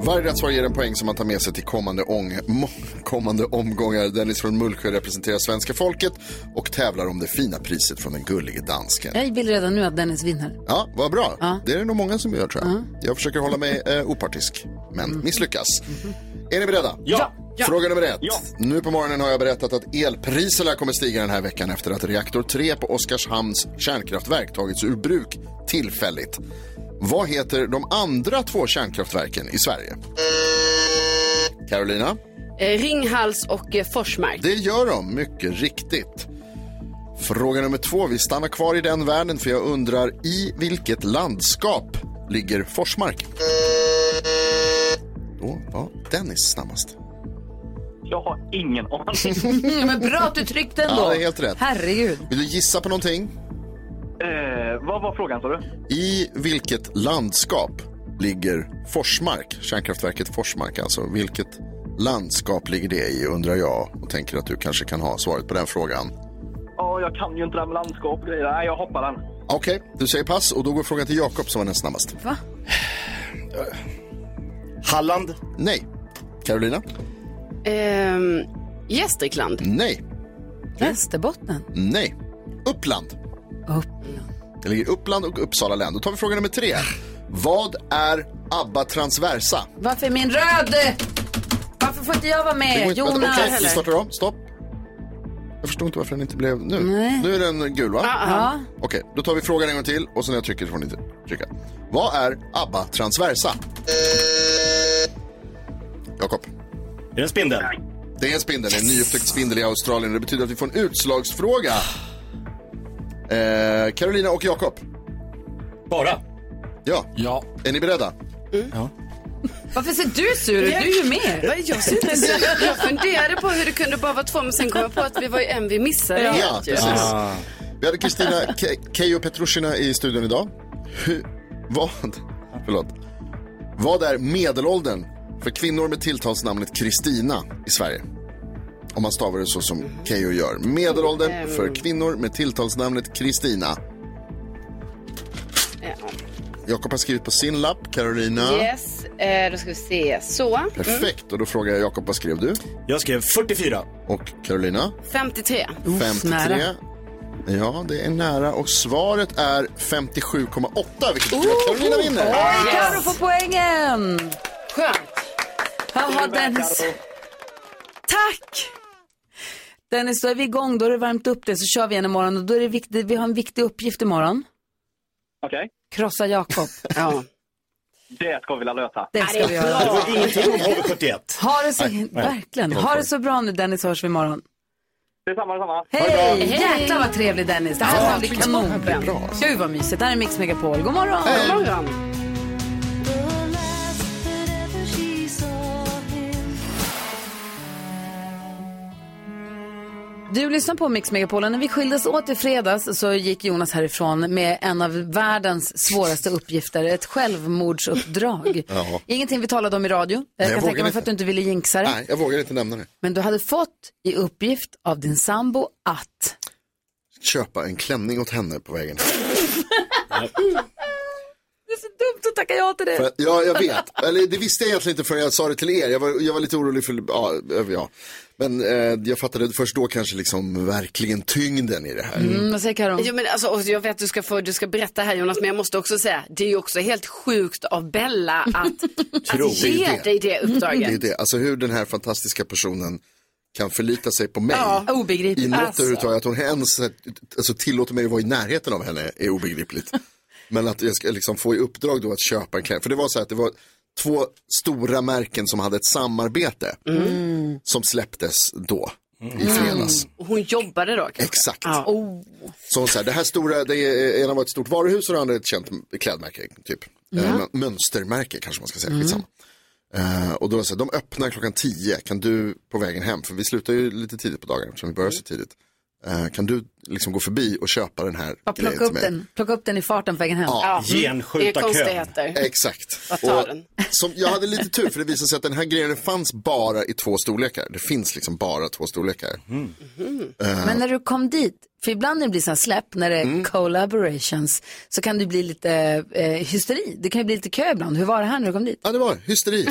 Varje rätt svar ger en poäng som man tar med sig till kommande, ång, må- kommande omgångar. Dennis från Mullsjö representerar svenska folket och tävlar om det fina priset från den gullige dansken.
Jag vill redan nu att Dennis vinner.
Ja, vad bra. Det är det nog många som gör tror jag. Jag försöker hålla mig eh, opartisk, men misslyckas. Är ni beredda?
Mm. Ja.
Fråga nummer ett. Nu på morgonen har jag berättat att elpriserna kommer stiga den här veckan efter att reaktor 3 på Oskarshamns kärnkraftverk tagits ur bruk tillfälligt. Vad heter de andra två kärnkraftverken i Sverige? Carolina?
Eh, Ringhals och eh, Forsmark.
Det gör de, mycket riktigt. Fråga nummer två, vi stannar kvar i den världen för jag undrar i vilket landskap ligger Forsmark? Då var Dennis snabbast.
Jag har ingen aning.
men bra att du tryckte ändå.
Ja, det är helt rätt.
Herregud.
Vill du gissa på någonting?
Eh, vad var frågan sa du?
I vilket landskap ligger Forsmark? Kärnkraftverket Forsmark alltså. Vilket landskap ligger det i undrar jag och tänker att du kanske kan ha svaret på den frågan.
Ja, jag kan ju inte det här med landskap och grejer. Nej, jag hoppar den.
Okej, du säger pass och då går frågan till Jakob som var näst snabbast.
Va?
Halland? Nej. Carolina?
Ehm, Gästrikland.
Nej.
Västerbotten?
Nej. Uppland? Det ligger Uppland och Uppsala län. Då tar vi fråga nummer tre. Vad är ABBA transversa?
Varför är min röd? Varför får inte jag vara
Det går
med?
inte- Okej,
Eh, Jonas?
vi startar om. Stopp. Jag förstår inte varför den inte blev nu. Nu är den gul, va?
Ja, ja.
Okej, då tar vi frågan en gång till och sen när jag trycker får ni inte trycka. Vad är ABBA transversa? Jakob.
Är det en spindel?
Det är en spindel, en nyupptäckt spindel i Australien. Det betyder att vi får en utslagsfråga. Eh, Carolina och Jakob.
Bara.
Ja.
ja.
Är ni beredda?
Ja.
Varför ser du sur ut? Du är ju med.
Vad, Jag, ser inte ens- jag funderade på hur det kunde bara vara två, men sen kom jag på att vi var ju en vi missade.
Ja,
helt ju.
precis.
Ah.
Vi hade Kristina Ke- Keyyo Petrushina i studion idag. Hur, vad, förlåt. vad är medelåldern för kvinnor med tilltalsnamnet Kristina i Sverige? Om man stavar det så som Keyyo gör. Medelåldern för kvinnor med tilltalsnamnet Kristina.
Ja.
Jakob har skrivit på sin lapp, Carolina.
Mm.
Yes, eh, då ska vi se. Så. mm.
Perfekt, och då frågar jag Jakob, vad skrev du?
Jag skrev 44.
Och Carolina?
53.
53. Ja, det är nära och svaret är 57,8 vilket betyder att Carolina vinner.
Oj, Carro får poängen!
Skönt.
Jaha, Dennis. Tack! Dennis, då är vi igång. Då har du värmt upp det så kör vi igen imorgon. Och då är det viktigt, vi har en viktig uppgift imorgon.
Okej.
Krossa Jakob.
ja.
Det ska vi väl lösa.
Det ska vi göra.
Det var ingenting om HV71.
Ha det så,
Nej, nej.
verkligen. Ha det så bra nu Dennis, hörs vi imorgon.
Detsamma, detsamma.
Hej! Jäklar vad trevlig Dennis. Det här ska bli kanon. Gud vad mysigt. Det här är Mix Megapol. God morgon.
Hej.
God
morgon.
Du lyssnar på Mix Megapol. Och När vi skildes åt i fredags så gick Jonas härifrån med en av världens svåraste uppgifter, ett självmordsuppdrag.
Ja.
Ingenting vi talade om i radio.
jag
Jag kan
vågar
tänka mig för
inte.
att du inte ville jinxa det.
Nej, jag vågar inte nämna det.
Men du hade fått i uppgift av din sambo att...
Köpa en klänning åt henne på vägen.
Det är så dumt att tacka ja till det.
För, ja, jag vet. Eller det visste jag egentligen inte förrän jag sa det till er. Jag var, jag var lite orolig för, ja, över- ja. Men eh, jag fattade först då kanske liksom verkligen tyngden i det här.
Mm, vad säger Karin?
Jo, men alltså, och jag vet att du ska, få, du ska berätta här Jonas, men jag måste också säga, det är ju också helt sjukt av Bella att,
Tro.
att
Det
ge
är det.
dig det
Det är
uppdraget.
det. Alltså hur den här fantastiska personen kan förlita sig på mig.
Ja,
I
obegripligt.
något överhuvudtaget, att hon ens alltså, tillåter mig att vara i närheten av henne är obegripligt. Men att jag ska liksom få i uppdrag då att köpa en klänning. För det var så här att det var två stora märken som hade ett samarbete som släpptes då i fredags.
Och Mm. Hon jobbade då. kanske?
Exakt.
Ja. Oh.
Så hon så här, det här stora, det är, ena var ett stort varuhus och det andra ett känt klädmärke, typ.
Ja.
Eh, mö- mönstermärke kanske man ska säga,
Mm.
skitsamma. Eh, och då så här, de öppnar klockan 10, kan du på vägen hem, för vi slutar ju lite tidigt på dagarna eftersom vi börjar
Mm.
så tidigt. Eh, kan du liksom gå förbi och köpa den här
Bara plocka upp den. Plocka upp den i farten på vägen hem.
Eh.
Mm.
Exakt.
Vad tar
Och
den?
Som, jag hade lite tur för det visade sig att den här grejen fanns bara i två storlekar. Det finns liksom bara två storlekar.
Mm.
Eh,
Men när du kom dit, för ibland när det blir så här släpp, när det är
Mm.
collaborations, så kan det bli lite eh, hysteri. Det kan ju bli lite kö ibland. Hur var det här när du kom dit?
Ja, det var hysteri.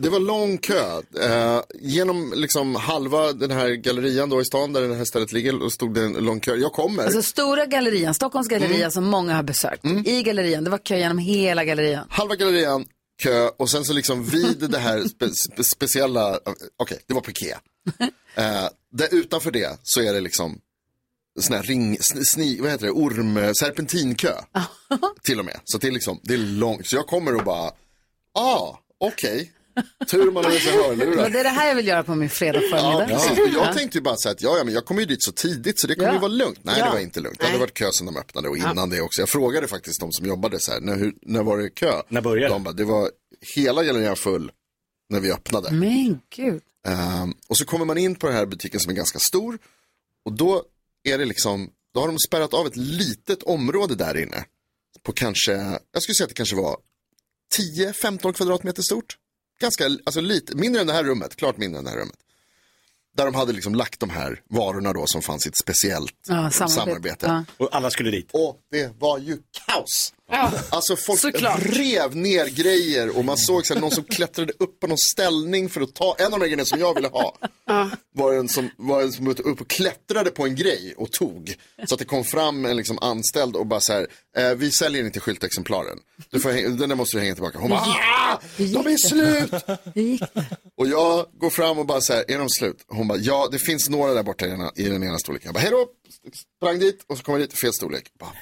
det, var lång kö. Eh, genom liksom halva den här gallerian då i stan där det här stället ligger och stod det en lång kö. Jag kommer.
Alltså stora gallerian, Stockholms galleria
Mm.
som många har besökt. I gallerian, det var kö genom hela gallerian.
Halva gallerian, kö och sen så liksom vid det här spe, spe, speciella, eh, okej, det var på Ikea. Eh, där utanför det så är det liksom sån här ring, sn- sni, vad heter det, orm, eh, serpentinkö. till och med. Så det är liksom, det är långt. Så jag kommer och bara, ah, okej. Tur man har med sig hörlurar.
Men det är det här jag vill göra på min fredag
Ja,
förmiddag.
precis. Och jag tänkte ju bara så här att ja, ja, men jag kommer ju dit så tidigt så det kommer
Ja.
ju vara lugnt. Nej,
Ja.
det var inte lugnt. Det hade varit kö sedan de öppnade och innan
Ja.
det också. Jag frågade faktiskt de som jobbade så här, när, hur, när var det kö? När började De bara, det var hela gallerian full när vi öppnade.
Men gud.
Ehm, och så kommer man in på den här butiken som är ganska stor och då är det liksom, då har de spärrat av ett litet område där inne på kanske, jag skulle säga att det kanske var 10-15 kvadratmeter stort. Ganska, alltså lite, mindre än det här rummet, klart mindre än det här rummet. Där de hade liksom lagt de här varorna då som fanns i ett speciellt
Ja, samarbete.
samarbete.
Ja.
Och alla skulle dit. Och det var ju kaos. Alltså folk
Såklart.
rev ner grejer och man såg så här, någon som klättrade upp på någon ställning för att ta en av de här grejerna som jag ville ha. Var en som var en som var uppe och klättrade på en grej och tog. Så att det kom fram en liksom anställd och bara så här, eh, vi säljer inte skyltexemplaren. Du får, häng- den där måste du hänga tillbaka. Hon bara, "Ah!" De är slut! Och jag går fram och bara så här, är de slut? Hon bara, ja det finns några där borta i den, i den ena storleken. Jag bara, hejdå! Sprang dit och så kommer jag dit, fel storlek. Bara, fuck.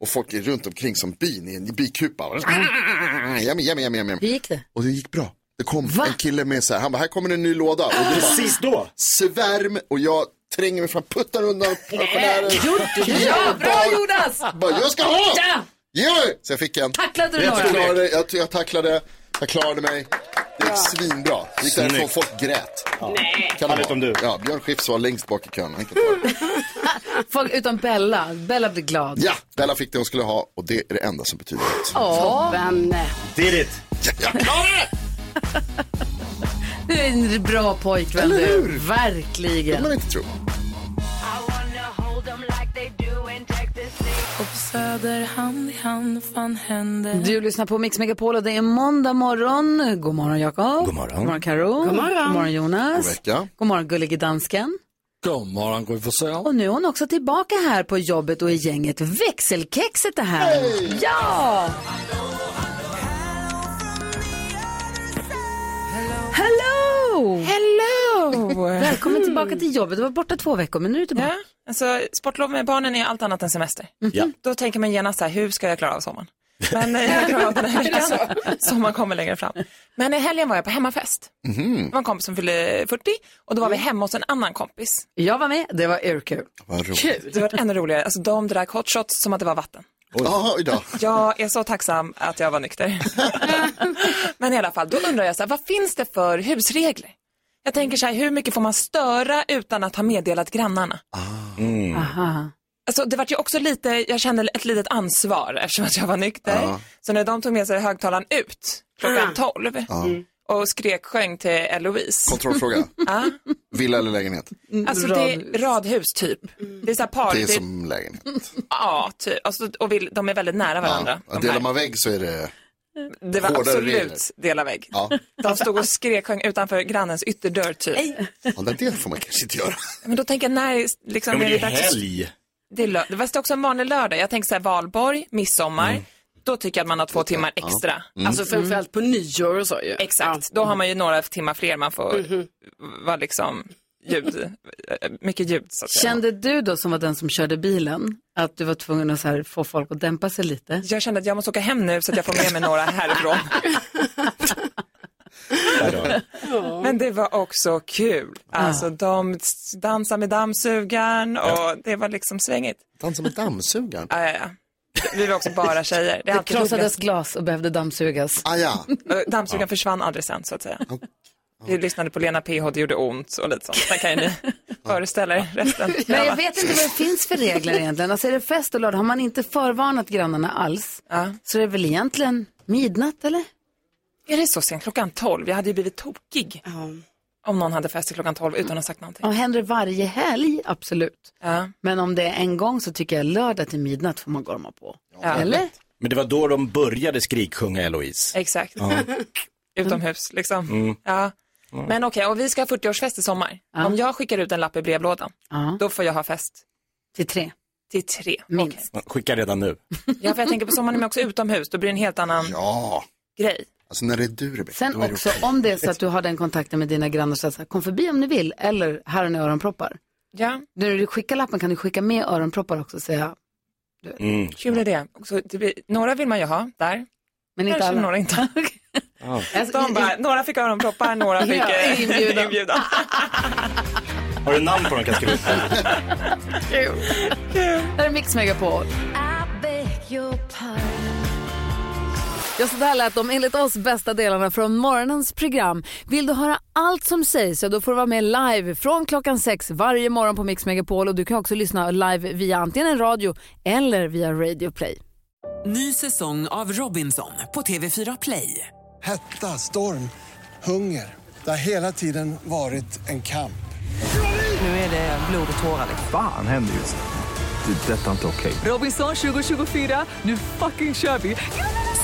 Och folk är runt omkring som bin i en bikupa. Ah, Jam, jam, jam, jam, jam.
Hur gick det?
Och det gick bra. Det kom en kille med så här, han bara, här kommer en ny låda. Och det var
Precis
då? Svärm och jag tränger mig fram, puttar undan pensionären.
Ja, bra
Jonas!
Bara, jag ska ha!
Ja!
Ge mig! Så jag fick en.
Tacklade du
jag
några?
klarade, jag, jag tacklade, jag klarade mig. Det gick svinbra. Det gick därifrån, folk grät.
Nej.
Kan det vara? Ja, Björn Skifs var längst bak i kön. Han kan ta det.
Folk, utan Bella. Bella blir glad.
Ja, Bella fick det hon skulle ha och det är det enda som betyder något.
Åh.
Did it! Jag klarade
Du är en bra pojkvän
Eller
du.
hur?
Verkligen.
man inte tro.
Och på Söder hand i hand, fan händer
Du lyssnar på Mix Megapol och det är måndag morgon. God morgon Jakob. God
morgon.
God morgon Karo.
God morgon.
God morgon Jonas.
God vecka.
God morgon gullige dansken.
God morgon, Gry Forssell.
Och nu är hon också tillbaka här på jobbet och i gänget. Växelkexet är här. Ja! Hello!
Hello!
Välkommen tillbaka till jobbet. Du var borta två veckor men nu är du tillbaka.
Ja, alltså sportlov med barnen är allt annat än semester.
Ja.
Mm-hmm.
Då tänker man genast så här, hur ska jag klara av sommaren? Men eh, jag kommer ihåg den här veckan
Alltså.
som man kommer längre fram. Men i helgen var jag på hemmafest.
Mhm.
Det var en kompis som fyllde 40 och då var vi
Mm.
hemma hos en annan kompis.
Jag var med, det var urkul.
Vad
Det var ännu roligare. Alltså, de drack hot shots som att det var vatten.
Jaha, idag.
Jag är så tacksam att jag var nykter. Men i alla fall, då undrar jag så här, vad finns det för husregler? Jag tänker så här, hur mycket får man störa utan att ha meddelat grannarna?
Mm.
Aha.
Alltså, det var ju också lite, jag kände ett litet ansvar eftersom att jag var nykter.
Ja.
Så när de tog med sig högtalaren ut klockan 12
Ja.
och skrek sjöng till Eloise.
Kontrollfråga.
ja,
Villa eller lägenhet?
alltså det är radhus typ. Det är så här par,
Det är som lägenhet.
ja, typ. Alltså, och vill, de är väldigt nära varandra.
Ja, delar man vägg så är det...
Det var
Hårdare
absolut
regler.
dela vägg.
Ja.
De stod och skrek sjöng utanför grannens ytterdörr typ.
ja, den delen får man kanske inte göra.
Men då tänker jag, när liksom,
Ja, men det är
dags-
helg.
Det, är lö- det var också en vanlig lördag. Jag tänker så här, valborg, midsommar. Då tycker jag att man har två timmar
Ja.
extra.
Mm. Alltså framförallt
Mm. på nyår och så ju. Mm-hmm. Exakt, då har man ju några timmar fler man får vara liksom ljud, eh, mycket ljud så att säga.
Kände du då som var den som körde bilen att du var tvungen att så här, få folk att dämpa sig lite?
Jag kände att jag måste åka hem nu så att jag får med mig några härifrån. Men det var också kul. Alltså de s- dansade med dammsugaren och det var liksom svängigt.
Dansa med dammsugaren?
Ja, ja, ja. Vi var också bara tjejer. Det, är
Det
alltid
krossades
roligast.
glas och behövde dammsugas.
Ah, ja.
Och Eh, Dammsugaren försvann aldrig sen så att säga. Vi lyssnade på Lena PH, det gjorde ont och lite sånt. Sen kan ju ni föreställa er resten.
Men jag vet inte vad det finns för regler egentligen. Alltså är det fest och lördag, har man inte förvarnat grannarna alls så är det väl egentligen midnatt eller?
Är det så sent? Klockan 12? Jag hade ju blivit tokig. Om någon hade fest till klockan 12 utan att ha sagt någonting.
Om det händer varje helg, absolut. Men om det är en gång så tycker jag lördag till midnatt får man gorma på. Eller?
Men det var då de började skriksjunga Eloise.
Exakt.
Ja.
Utomhus liksom.
Mm.
Ja. Men okej, och vi ska ha 40-årsfest i sommar. Om jag skickar ut en lapp i brevlådan, då får jag ha fest.
Till tre?
Till tre. Okej.
Skicka redan nu.
Ja, för jag tänker på sommaren är man också utomhus, då blir det en helt annan
Ja.
grej.
Alltså när det är du Rebecka,
Sen
då är
också
okej.
om det är så att du har den kontakten med dina grannar så att så här, kom förbi om ni vill eller här har ni öronproppar.
Ja.
När du skickar lappen kan du skicka med öronproppar också och säga.
Mm.
Kul idé. Och så det blir, några vill man ju ha där.
Men inte
Kanske
alla.
Några, inte.
Ja.
De bara, några fick öronproppar, några fick
Ja,
eh,
inbjudan.
inbjudan.
Har du namn på dem kan jag skriva ut här.
Kul. Det här är Mix Megapol. Ja, så där lät de enligt oss bästa delarna från morgonens program. Vill du höra allt som sägs så då får du vara med live från klockan sex varje morgon på Mix Megapol och du kan också lyssna live via antingen radio eller via Radio Play.
Ny säsong av Robinson på TV4 Play.
Hetta, storm, hunger. Det har hela tiden varit en kamp.
Nu är det blod och tårar.
Fan händer just det. Det är detta inte okej.
Robinson 2024, nu fucking kör vi!